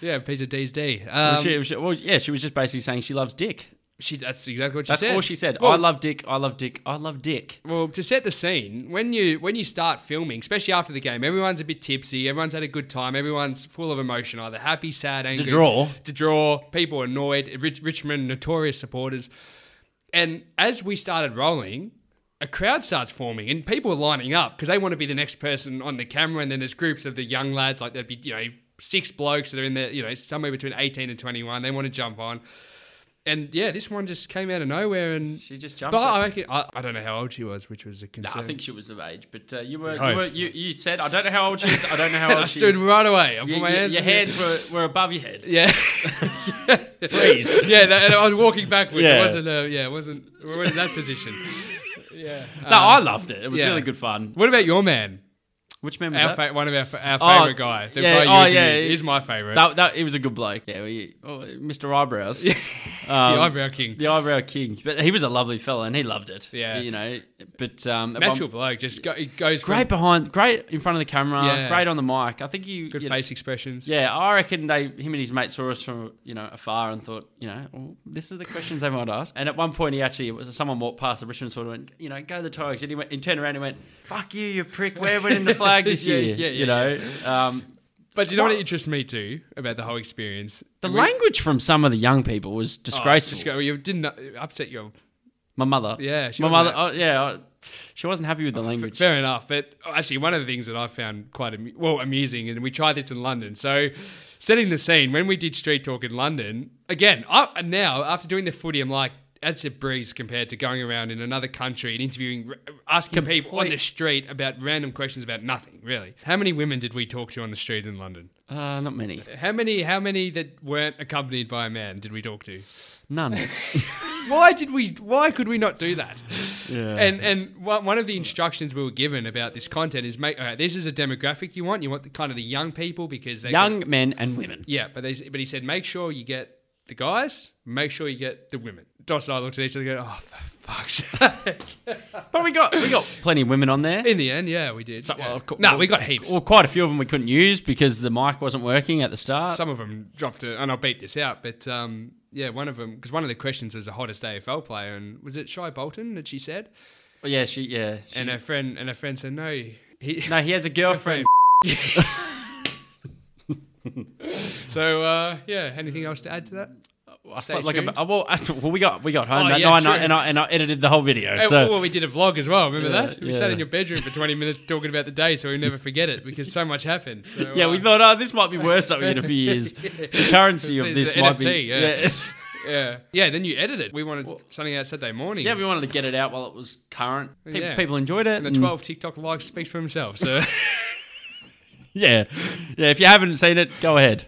[SPEAKER 1] yeah, piece of D's D. Um, she,
[SPEAKER 2] she, she- well, yeah, she was just basically saying she loves dick.
[SPEAKER 1] that's exactly what she
[SPEAKER 2] That's
[SPEAKER 1] said.
[SPEAKER 2] all she said.
[SPEAKER 1] Well,
[SPEAKER 2] I love dick. I love dick. I love dick.
[SPEAKER 1] Well, to set the scene, when you when you start filming, especially after the game, everyone's a bit tipsy, everyone's had a good time, everyone's full of emotion, either happy, sad, angry.
[SPEAKER 2] draw.
[SPEAKER 1] To draw, people annoyed, Rich, Richmond notorious supporters. And as we started rolling, a crowd starts forming and people are lining up because they want to be the next person on the camera. And then there's groups of the young lads, like there'd be, you know, six blokes that are in there, you know, somewhere between 18 and 21. They want to jump on. And yeah, this one just came out of nowhere and
[SPEAKER 2] She just jumped.
[SPEAKER 1] but
[SPEAKER 2] on-
[SPEAKER 1] I, reckon, I, I don't know how old she was, which was a concern.
[SPEAKER 2] Nah, I think she was of age, but uh, you were,
[SPEAKER 1] hope.
[SPEAKER 2] you, were you, you said I don't know how old she is. I don't know
[SPEAKER 1] [LAUGHS]
[SPEAKER 2] how
[SPEAKER 1] [LAUGHS] I
[SPEAKER 2] old she
[SPEAKER 1] stood
[SPEAKER 2] is.
[SPEAKER 1] right away. I put
[SPEAKER 2] Your-
[SPEAKER 1] my
[SPEAKER 2] your-
[SPEAKER 1] hands.
[SPEAKER 2] your
[SPEAKER 1] in the-
[SPEAKER 2] hands were, were above your head.
[SPEAKER 1] Yeah.
[SPEAKER 2] [LAUGHS] Please.
[SPEAKER 1] yeah, [LAUGHS] that, and I was walking backwards.
[SPEAKER 2] Yeah.
[SPEAKER 1] It wasn't. Uh, yeah, it wasn't. We weren't in that position. Yeah.
[SPEAKER 2] No, I loved it. It was
[SPEAKER 1] yeah.
[SPEAKER 2] really good fun.
[SPEAKER 1] what about your man?
[SPEAKER 2] Um, Which man was
[SPEAKER 1] Our
[SPEAKER 2] that?
[SPEAKER 1] fa- one of our, fa- our
[SPEAKER 2] Oh,
[SPEAKER 1] favorite guy. The
[SPEAKER 2] yeah,
[SPEAKER 1] guy
[SPEAKER 2] oh,
[SPEAKER 1] you oh,
[SPEAKER 2] yeah, yeah.
[SPEAKER 1] He's my favorite.
[SPEAKER 2] that, that he was a good bloke. Yeah, we, oh, Mr.
[SPEAKER 1] [LAUGHS]
[SPEAKER 2] Eyebrows. Um,
[SPEAKER 1] the eyebrow king.
[SPEAKER 2] the eyebrow king. But he was a lovely fella, and he loved it.
[SPEAKER 1] Yeah.
[SPEAKER 2] you know. But um,
[SPEAKER 1] Natural bloke. Just go, he goes
[SPEAKER 2] great behind, great in front of the camera,
[SPEAKER 1] Yeah.
[SPEAKER 2] great on the mic. I think you.
[SPEAKER 1] from good
[SPEAKER 2] you-
[SPEAKER 1] face expressions.
[SPEAKER 2] Yeah, I reckon they him and his mate saw us from you know afar and thought you know oh, this is the questions they might ask. And at one point, he actually it was someone walked past the Richmond sort of went you know go the Tigers and he went and turned around and went fuck you you prick we're winning the
[SPEAKER 1] [LAUGHS]
[SPEAKER 2] flag this
[SPEAKER 1] Yeah,
[SPEAKER 2] year
[SPEAKER 1] yeah, yeah,
[SPEAKER 2] you know um,
[SPEAKER 1] But you know what interests me too about the whole experience?
[SPEAKER 2] the
[SPEAKER 1] We-
[SPEAKER 2] language from some of the young people was
[SPEAKER 1] Oh,
[SPEAKER 2] disgraceful.
[SPEAKER 1] just go, you didn't uh, upset your.
[SPEAKER 2] My mother,
[SPEAKER 1] Yeah, she
[SPEAKER 2] my mother,
[SPEAKER 1] wasn't Oh,
[SPEAKER 2] oh, yeah, I, she wasn't happy with the language.
[SPEAKER 1] Fair enough. But actually, one of the things that I found quite amu- well amusing, and we tried this in London. So, setting the scene when we did street talk in London again. I and now after doing the footy, I'm like, that's a breeze compared to going around in another country and interviewing, r- asking people on the street about random questions about nothing, really. How many women did we talk to on the street in London?
[SPEAKER 2] Uh, not many.
[SPEAKER 1] How many? How many that weren't accompanied by a man did we talk to? [LAUGHS]
[SPEAKER 2] None.
[SPEAKER 1] Why did we? Why could we not do that?
[SPEAKER 2] Yeah.
[SPEAKER 1] And and one one of the instructions we were given about this content is make. All right, this is a demographic you want. You want the kind of the young people because they
[SPEAKER 2] Young men and women.
[SPEAKER 1] yeah, but they, but he said make sure you get the guys. Make sure you get the women. Dot and I looked at each other and go, oh for fuck's sake.
[SPEAKER 2] But we got we got [LAUGHS] plenty of women on there.
[SPEAKER 1] In the end, yeah, we did.
[SPEAKER 2] So-
[SPEAKER 1] yeah.
[SPEAKER 2] well, co-
[SPEAKER 1] no,
[SPEAKER 2] well,
[SPEAKER 1] we got heaps.
[SPEAKER 2] Well, quite a few of them we couldn't use because the mic wasn't working at the start.
[SPEAKER 1] Some of them dropped it, and I'll beat this out, but um, yeah, one of them because one of the questions was the hottest AFL player, and was it Shy Bolton that she said?
[SPEAKER 2] Well, yeah, she yeah. she-
[SPEAKER 1] And her friend and her friend said no. He,
[SPEAKER 2] no, he has a girlfriend.
[SPEAKER 1] so uh, yeah, anything else to add to that?
[SPEAKER 2] I
[SPEAKER 1] Stay
[SPEAKER 2] slept like a,
[SPEAKER 1] tuned.
[SPEAKER 2] oh, well, [LAUGHS] well, we got we got home
[SPEAKER 1] Oh,
[SPEAKER 2] that
[SPEAKER 1] yeah,
[SPEAKER 2] night,
[SPEAKER 1] true.
[SPEAKER 2] and I, and, I, and I edited the whole video.
[SPEAKER 1] Hey,
[SPEAKER 2] so
[SPEAKER 1] Oh, well, we did a vlog as well. Remember
[SPEAKER 2] Yeah,
[SPEAKER 1] that? We sat
[SPEAKER 2] yeah.
[SPEAKER 1] in your bedroom for 20 minutes talking about the day, so we never forget it because so much happened. So,
[SPEAKER 2] yeah, we
[SPEAKER 1] uh,
[SPEAKER 2] thought, oh, this might be worth something in a
[SPEAKER 1] [LAUGHS]
[SPEAKER 2] few years. The currency of
[SPEAKER 1] It's
[SPEAKER 2] this
[SPEAKER 1] the
[SPEAKER 2] might
[SPEAKER 1] NFT,
[SPEAKER 2] be
[SPEAKER 1] yeah. [LAUGHS] yeah, yeah. Then you edit it. We wanted something out Saturday morning.
[SPEAKER 2] Yeah, we wanted to get it out while it was current. Pe-
[SPEAKER 1] Yeah.
[SPEAKER 2] People enjoyed it.
[SPEAKER 1] and the
[SPEAKER 2] and-
[SPEAKER 1] 12 TikTok likes speaks for himself. So [LAUGHS]
[SPEAKER 2] Yeah. Yeah, if you haven't seen it, go ahead.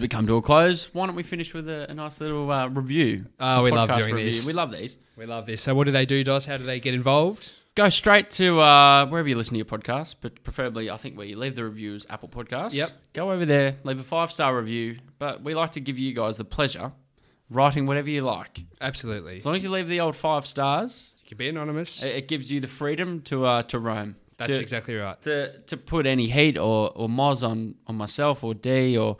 [SPEAKER 2] We come to a close. Why don't we finish with a, a nice little uh, review?
[SPEAKER 1] Oh, we love
[SPEAKER 2] Podcast
[SPEAKER 1] doing
[SPEAKER 2] review.
[SPEAKER 1] this.
[SPEAKER 2] We love these.
[SPEAKER 1] we love this. So what do they do, Dos? How do they get involved?
[SPEAKER 2] Go straight to uh, wherever you listen to your podcast, but preferably, I think where you leave the reviews, Apple Podcasts.
[SPEAKER 1] Yep.
[SPEAKER 2] Go over there, leave a five star review. But we like to give you guys the pleasure writing whatever you like.
[SPEAKER 1] Absolutely.
[SPEAKER 2] As long as you leave the old five stars,
[SPEAKER 1] you can be anonymous.
[SPEAKER 2] it, it gives you the freedom to uh, to roam.
[SPEAKER 1] That's
[SPEAKER 2] to,
[SPEAKER 1] exactly right.
[SPEAKER 2] to to put any heat or or moz on on myself or D or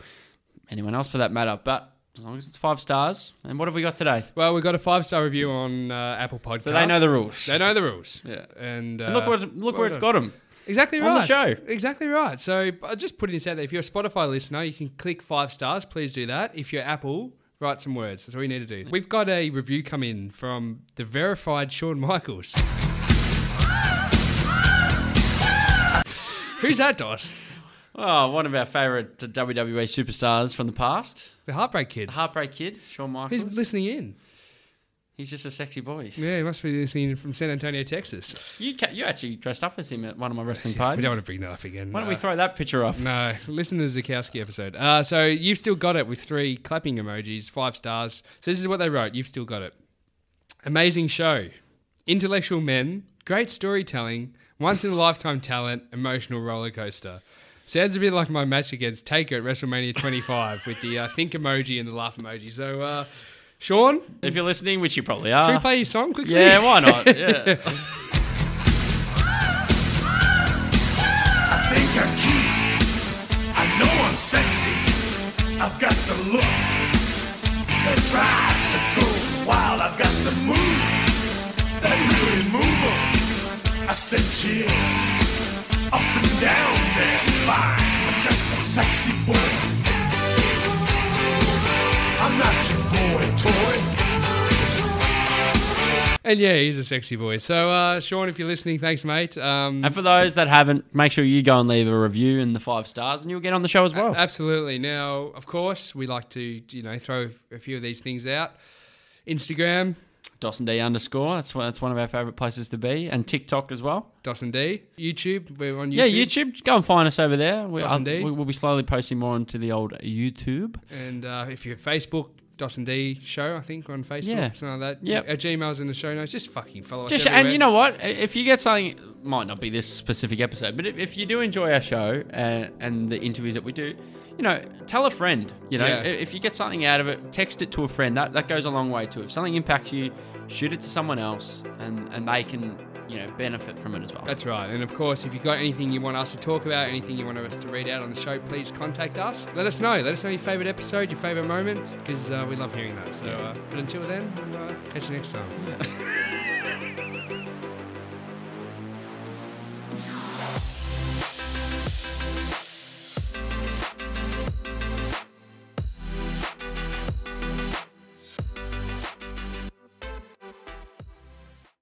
[SPEAKER 2] anyone else for that matter. But as long as it's five stars, and what have we got today?
[SPEAKER 1] Well, we got a five star review on uh, Apple Podcasts.
[SPEAKER 2] So they know the rules.
[SPEAKER 1] They know the rules.
[SPEAKER 2] Yeah.
[SPEAKER 1] And, uh,
[SPEAKER 2] and look what look
[SPEAKER 1] well
[SPEAKER 2] where it's
[SPEAKER 1] done.
[SPEAKER 2] got them.
[SPEAKER 1] Exactly right.
[SPEAKER 2] on the show.
[SPEAKER 1] Exactly right. So uh, just putting this out there, if you're a Spotify listener, you can click five stars. Please do that. If you're Apple, write some words. That's all you need to do. We've got a review come in from the verified Shawn Michaels. Who's that, Dos?
[SPEAKER 2] Oh, one of our favorite WWE E superstars from the past,
[SPEAKER 1] The Heartbreak Kid.
[SPEAKER 2] the Heartbreak Kid, Shawn
[SPEAKER 1] Who's
[SPEAKER 2] Michaels.
[SPEAKER 1] listening in?
[SPEAKER 2] He's just a sexy boy.
[SPEAKER 1] Yeah, he must be listening from San Antonio, Texas.
[SPEAKER 2] You ca- you actually dressed up as him at one of my wrestling
[SPEAKER 1] We
[SPEAKER 2] parties.
[SPEAKER 1] don't want to bring that up again. [LAUGHS]
[SPEAKER 2] Why don't we
[SPEAKER 1] Uh,
[SPEAKER 2] throw that picture up?
[SPEAKER 1] No, listen to the Zakowski episode. Uh, so you've still got it with three clapping emojis, five stars. So this is what they wrote. You've still got it. Amazing show. Intellectual men, great storytelling, once in a lifetime talent, emotional roller coaster. Sounds a bit like my match against Taker at WrestleMania 25 with the uh, think emoji and the laugh emoji. So, uh, Sean, should
[SPEAKER 2] If you're listening, which you probably
[SPEAKER 1] we
[SPEAKER 2] are.
[SPEAKER 1] play your song quickly?
[SPEAKER 2] Yeah,
[SPEAKER 1] [LAUGHS]
[SPEAKER 2] why not? Yeah.
[SPEAKER 3] think I'm cute. I know I'm sexy. I've got the look. The drive to go wild. I've got the move. That really move 'em. I said chill. Up and down their spine. I'm just a sexy boy. I'm not your boy toy.
[SPEAKER 1] And yeah, he's a sexy boy. So, uh, Sean, if you're listening, thanks, mate. Um,
[SPEAKER 2] And for those that haven't, make sure you go and leave a review and the five stars, and you'll get on the show as well.
[SPEAKER 1] Absolutely. Now, of course, we like to you know throw a few of these things out. Instagram,
[SPEAKER 2] Dawson D underscore. That's one, that's one of our favorite places to be, and TikTok as well.
[SPEAKER 1] Dawson D, YouTube. We're on YouTube.
[SPEAKER 2] Yeah, YouTube. Go and find us over there. We, uh,
[SPEAKER 1] Dawson D.
[SPEAKER 2] we- we'll be slowly posting more onto the old YouTube.
[SPEAKER 1] And uh, if you're Facebook, Dawson D Show, I think on Facebook,
[SPEAKER 2] Yeah.
[SPEAKER 1] something like that.
[SPEAKER 2] Yep.
[SPEAKER 1] Our Gmail's in the show notes. Just fucking follow
[SPEAKER 2] Just
[SPEAKER 1] us.
[SPEAKER 2] and you know what? If you get something, might not be this specific episode, but if, if you do enjoy our show and, and the interviews that we do, you know, tell a friend. You know,
[SPEAKER 1] Yeah.
[SPEAKER 2] if you get something out of it, text it to a friend. That that goes a long way too. If something impacts you, shoot it to someone else, and and they can you know benefit from it as well.
[SPEAKER 1] That's right. And of course, if you've got anything you want us to talk about, anything you want us to read out on the show, please contact us. Let us know. Let us know your favourite episode, your favourite moment, because uh, we love hearing that. So, uh, but until then, we'll uh, catch you next time.